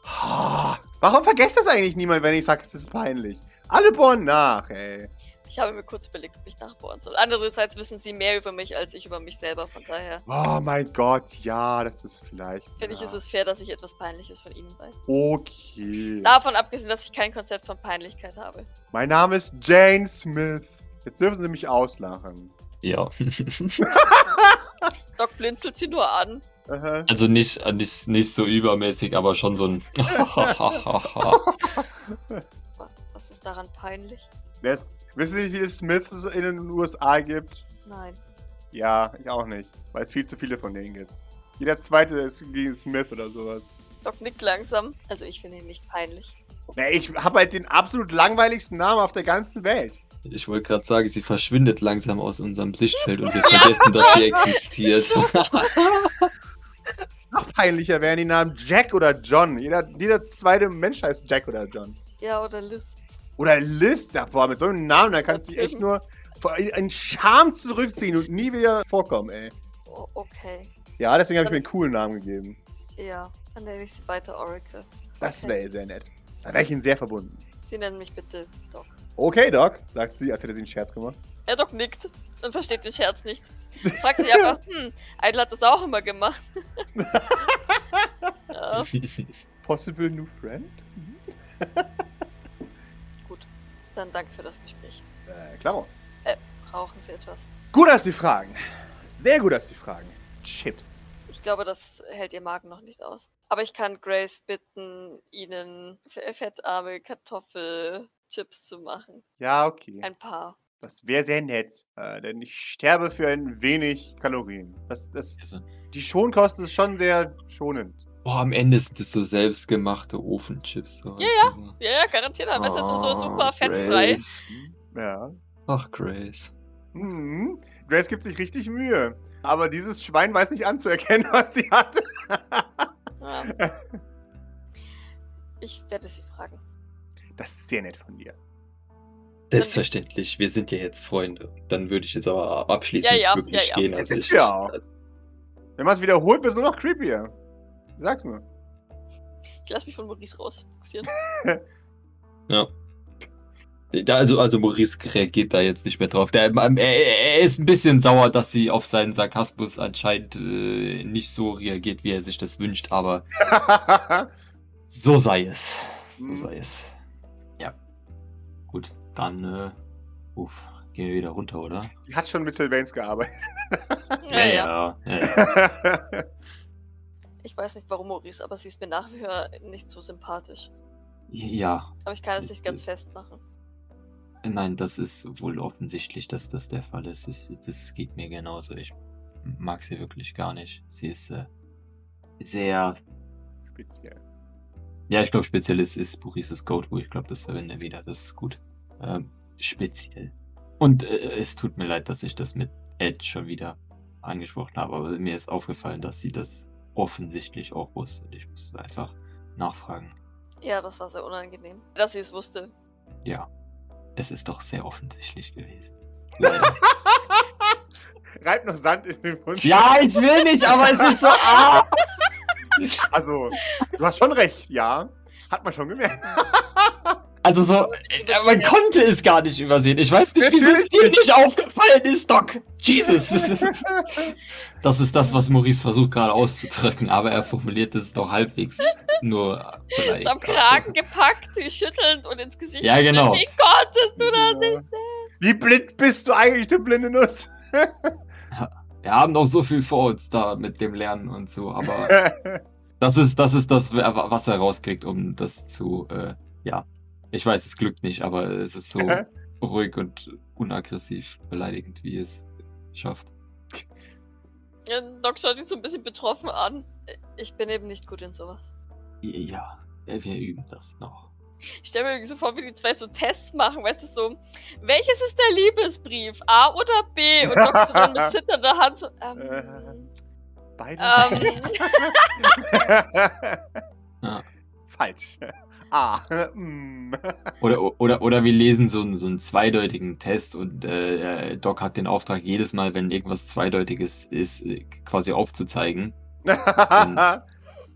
Ah, Warum vergesst das eigentlich niemand, wenn ich sage, es ist peinlich? Alle bohren nach, ey.
Ich habe mir kurz überlegt, ob ich nachbohren soll. Andererseits wissen Sie mehr über mich als ich über mich selber. Von daher
Oh mein Gott, ja, das ist vielleicht.
finde ich,
ja.
ist es fair, dass ich etwas Peinliches von Ihnen weiß.
Okay.
Davon abgesehen, dass ich kein Konzept von Peinlichkeit habe.
Mein Name ist Jane Smith. Jetzt dürfen Sie mich auslachen.
Ja.
Doc blinzelt sie nur an.
Aha.
Also nicht, äh, nicht, nicht so übermäßig, aber schon so ein.
Was, was ist daran peinlich?
Das, wissen Sie, wie viele Smiths es in den USA gibt?
Nein.
Ja, ich auch nicht. Weil es viel zu viele von denen gibt. Jeder zweite ist gegen Smith oder sowas.
Doc nickt langsam. Also ich finde ihn nicht peinlich.
Nee, ich habe halt den absolut langweiligsten Namen auf der ganzen Welt.
Ich wollte gerade sagen, sie verschwindet langsam aus unserem Sichtfeld und wir vergessen, dass sie existiert.
Noch peinlicher wären die Namen Jack oder John. Jeder, jeder zweite Mensch heißt Jack oder John.
Ja, oder Liz?
Oder Liz, ja, boah, mit so einem Namen, da kannst du dich echt
Eben.
nur vor- in in Scham zurückziehen und nie wieder vorkommen, ey.
O- okay.
Ja, deswegen habe ich mir einen coolen Namen gegeben.
Ja, dann nenne ich sie weiter Oracle.
Das wäre sehr nett. Da wäre ich Ihnen sehr verbunden.
Sie nennen mich bitte Doc.
Okay, Doc, sagt sie, als hätte sie einen Scherz gemacht.
Ja, Doc nickt und versteht den Scherz nicht. Fragt sich einfach, hm, Idle hat das auch immer gemacht. ja,
Possible new friend?
dann danke für das Gespräch.
Äh, klar.
Brauchen Sie etwas?
Gut, dass Sie fragen. Sehr gut, dass Sie fragen. Chips.
Ich glaube, das hält Ihr Magen noch nicht aus. Aber ich kann Grace bitten, Ihnen f- fettarme Kartoffelchips zu machen.
Ja, okay.
Ein paar.
Das wäre sehr nett, äh, denn ich sterbe für ein wenig Kalorien. Das, das,
Also.
die Schonkost ist schon sehr schonend.
Boah, am Ende sind das so selbstgemachte Ofenchips. So
Ja,
weißt du, so.
Ja, ja, garantiert. Am besten so, so super
Oh,
fettfrei.
Grace.
Ja.
Ach, Grace.
Mhm. Grace gibt sich richtig Mühe. Aber dieses Schwein weiß nicht anzuerkennen, was sie hat.
Ja. Ich werde Sie fragen.
Das ist sehr nett von dir.
Selbstverständlich, wir sind ja jetzt Freunde. Dann würde ich jetzt aber abschließend
Ja, ja,
wirklich
ja, ja.
gehen.
Das
Also
sind
ich,
wir auch. Wenn man es wiederholt, wird es nur noch creepier. Sag's nur.
Ich lasse mich von Maurice rausbuxieren.
Ja. Da, also, also Maurice reagiert da jetzt nicht mehr drauf. Der, ähm, er, er ist ein bisschen sauer, dass sie auf seinen Sarkasmus anscheinend äh, nicht so reagiert, wie er sich das wünscht, aber so sei es.
Mhm.
So sei es. Ja. Gut, dann, äh, uff, gehen wir wieder runter, oder?
die hat schon mit Sylvains gearbeitet.
Ja, ja.
ja, ja.
Ich weiß nicht warum, Maurice, aber sie ist mir nach wie vor nicht so sympathisch.
Ja,
Aber ich kann es nicht ganz festmachen.
nein, das ist wohl offensichtlich, dass das der Fall ist. Das, das geht mir genauso. Ich mag sie wirklich gar nicht. Sie ist äh, sehr
Speziell.
Ja, ich glaube, Spezialist ist Burises Goatwoo. Ich glaube, das verwende ich wieder. Das ist gut. Ähm, speziell. Und äh, es tut mir leid, dass ich das mit Ed schon wieder angesprochen habe, aber mir ist aufgefallen, dass sie das offensichtlich auch wusste. Ich musste einfach nachfragen.
Ja, das war sehr unangenehm. Dass sie es wusste.
Ja, es ist doch sehr offensichtlich gewesen. Leider.
Reibt noch Sand in den Mund.
ja, ich will nicht, aber es ist so. Ah!
Also, du hast schon recht, ja. Hat man schon gemerkt.
Also so, äh, man konnte es gar nicht übersehen. Ich weiß nicht, wieso es dir
Natürlich
nicht aufgefallen ist, Doc. Jesus. Das ist das, was Maurice versucht gerade auszudrücken, aber er formuliert es doch halbwegs nur
Ist
beleidigt.
am Kragen gepackt, geschüttelt und ins Gesicht.
Ja, genau.
Wie konntest du das?
Wie blind bist du eigentlich, du blinde Nuss?
Wir haben noch so viel vor uns da mit dem Lernen und so, aber das ist das, ist das was er rauskriegt, um das zu, äh, ja. Ich weiß, es glückt nicht, aber es ist so ruhig und unaggressiv beleidigend, wie es schafft.
Ja, Nock schaut ihn so ein bisschen betroffen an. Ich bin eben nicht gut in sowas.
Ja, wir üben das noch.
Ich stelle mir irgendwie so vor, wie die zwei so Tests machen, weißt du, so, welches ist der Liebesbrief? A oder B? Und Nock so dann mit zitternder Hand so, ähm,
Beides.
ähm,
Ja.
Falsch. Ah. mm.
Oder, oder, oder wir lesen so einen, so einen zweideutigen Test und äh, äh, Doc hat den Auftrag, jedes Mal, wenn irgendwas Zweideutiges ist, äh, quasi aufzuzeigen.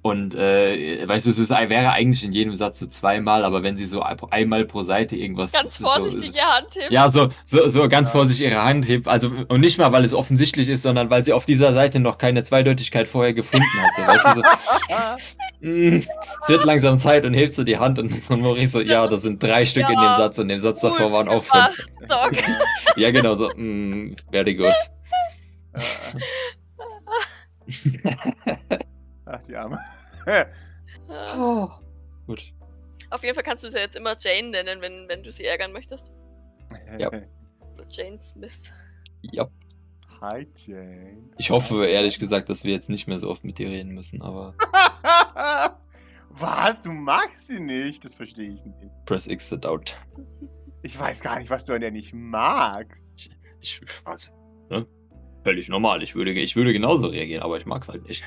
Und äh, weißt du, es ist, wäre eigentlich in jedem Satz so zweimal, aber wenn sie so ein- einmal pro Seite irgendwas.
ganz
so-
vorsichtig ihr Hand
So,
hebt.
ja, so, so, so ganz
Ja.
vorsichtig ihre Hand hebt. Also, und nicht mal, weil es offensichtlich ist, sondern weil sie auf dieser Seite noch keine Zweideutigkeit vorher gefunden hat. So, weißt du, so, Mm, es wird langsam Zeit und hebt so die Hand und, und Maurice so, ja, das sind drei Stück in
Ja,
dem Satz und dem Satz
cool
davor waren auch fünf.
gemacht, Doc.
Ja, genau so, mm, very good.
Ach, die Arme.
Äh,
Oh. Gut.
Auf jeden Fall kannst du sie jetzt immer Jane nennen, wenn, wenn du sie ärgern möchtest.
Ja.
Oder Jane Smith.
Ja.
Hi, Jane.
Ich hoffe, ehrlich gesagt, dass wir jetzt nicht mehr so oft mit dir reden müssen, aber
Was? Du magst sie nicht? Das verstehe ich nicht.
press X to doubt.
Ich weiß gar nicht, was du an der nicht magst.
Ich, also, ne? Völlig normal. Ich würde, ich würde genauso reagieren, aber ich mag es halt nicht.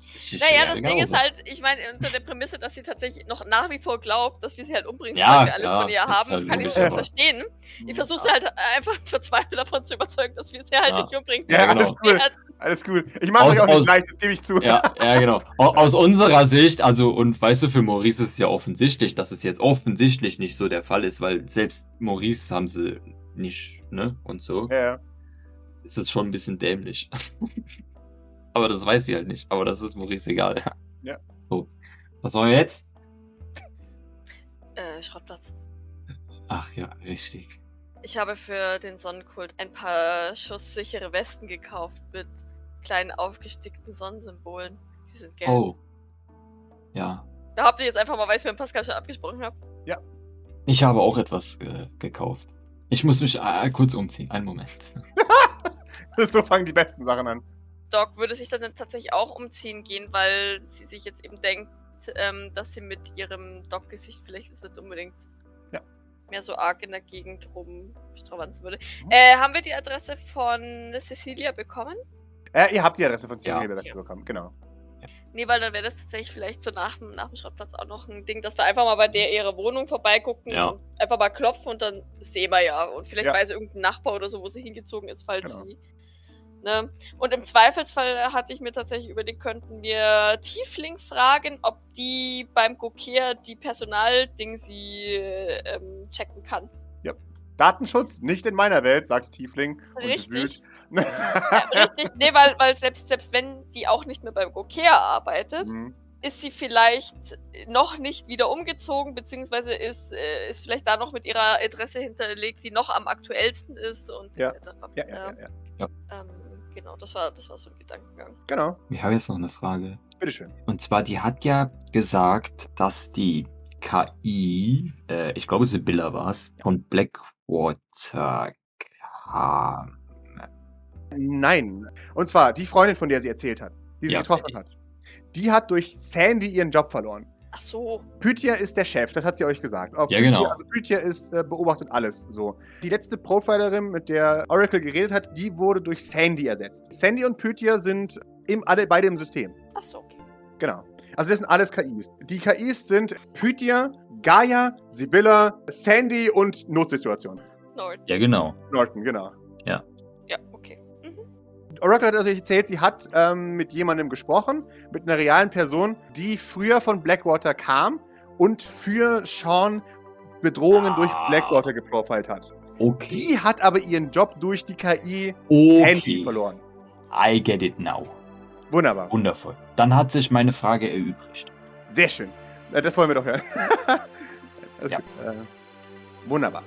Ich genau
Naja,
reagiere
das Ding ist
genauso.
halt, ich meine, unter der Prämisse, dass sie tatsächlich noch nach wie vor glaubt, dass wir sie halt umbringen,
Ja,
weil wir alles
klar,
von ihr
ist
haben,
halt
kann ich
logisch,
schon
aber-
verstehen. Ich versuche sie halt einfach verzweifelt davon zu überzeugen, dass wir sie halt
Ja.
nicht umbringen.
Ja,
Ja, genau.
alles cool. Alles cool. Ich mach's
Aus-
euch auch nicht
aus-
leicht, das gebe ich zu.
Ja, ja, genau. Au- Aus unserer Sicht, also, und weißt du, für Maurice ist es ja offensichtlich, dass es jetzt offensichtlich nicht so der Fall ist, weil selbst Maurice haben sie nicht, ne? Und so.
Ja.
Ist es schon ein bisschen dämlich. aber das weiß sie halt nicht. Aber das ist Maurice egal.
Ja.
So. Was wollen wir jetzt?
Äh, Schrottplatz.
Ach ja, richtig.
Ich habe für den Sonnenkult ein paar schusssichere Westen gekauft mit kleinen aufgestickten Sonnensymbolen. Die sind gelb.
Oh. Ja.
Behaupte ich jetzt einfach mal, weil ich es mit dem Pascal schon abgesprochen habe.
Ich habe auch etwas äh, gekauft. Ich muss mich äh, kurz umziehen. Einen Moment.
So fangen die besten Sachen an.
Doc würde sich dann tatsächlich auch umziehen gehen, weil sie sich jetzt eben denkt, ähm, dass sie mit ihrem Doc-Gesicht vielleicht jetzt nicht unbedingt
Ja.
mehr so arg in der Gegend rumstravanzen würde. Äh, haben wir die Adresse von Cecilia bekommen?
Äh, ihr habt die Adresse von
Ja.
Cecilia ja. bekommen, genau.
Nee, weil dann wäre das tatsächlich vielleicht so nach, dem- nach dem Schrottplatz auch noch ein Ding, dass wir einfach mal bei der ihrer Wohnung vorbeigucken,
Ja.
und einfach mal klopfen und dann sehen wir ja. Und vielleicht
Ja.
weiß irgendein Nachbar oder so, wo sie hingezogen ist, falls
Genau.
sie. Ne? Und im Zweifelsfall hatte ich mir tatsächlich überlegt, könnten wir Tiefling fragen, ob die beim Gokea die Personalding sie äh, ähm, checken kann.
Datenschutz nicht in meiner Welt, sagt Tiefling. Und
Richtig.
wühlt.
Ja, richtig. Nee, weil, weil selbst, selbst wenn die auch nicht mehr beim Gokea arbeitet,
Mhm.
ist sie vielleicht noch nicht wieder umgezogen, beziehungsweise ist, äh, ist vielleicht da noch mit ihrer Adresse hinterlegt, die noch am aktuellsten ist und
Ja.
etc.
ja, ja, ja, ja.
Ähm, genau, das war, das war so ein Gedankengang.
Genau.
Ich habe jetzt noch eine Frage.
Bitteschön.
Und zwar, die hat ja gesagt, dass die KI, äh, ich glaube, Sibylla war es, von Blackwater kam.
Nein. Und zwar die Freundin, von der sie erzählt hat, die sie
Ja.
getroffen hat. Die hat durch Sandy ihren Job verloren.
Ach so,
Pythia ist der Chef, das hat sie euch gesagt. Auf
Ja,
Pythia-
genau.
Also Pythia ist, äh, beobachtet alles so. Die letzte Profilerin, mit der Oracle geredet hat, die wurde durch Sandy ersetzt. Sandy und Pythia sind im, alle, beide im System.
ach so, okay.
Genau. Also das sind alles KIs. Die KIs sind Pythia, Gaia, Sibylla, Sandy und Notsituation.
Nord.
Ja, genau.
Norton, genau.
Ja, okay.
Oracle hat natürlich erzählt, sie hat ähm, mit jemandem gesprochen, mit einer realen Person, die früher von Blackwater kam und für Sean Bedrohungen
Ah.
durch Blackwater geprofilt hat.
Okay.
Die hat aber ihren Job durch die KI Sandy
okay.
verloren.
I get it now.
Wunderbar.
Wundervoll. Dann hat sich meine Frage erübrigt.
Sehr schön. Äh, Das wollen wir doch hören. Alles
Ja.
gut. Äh, wunderbar.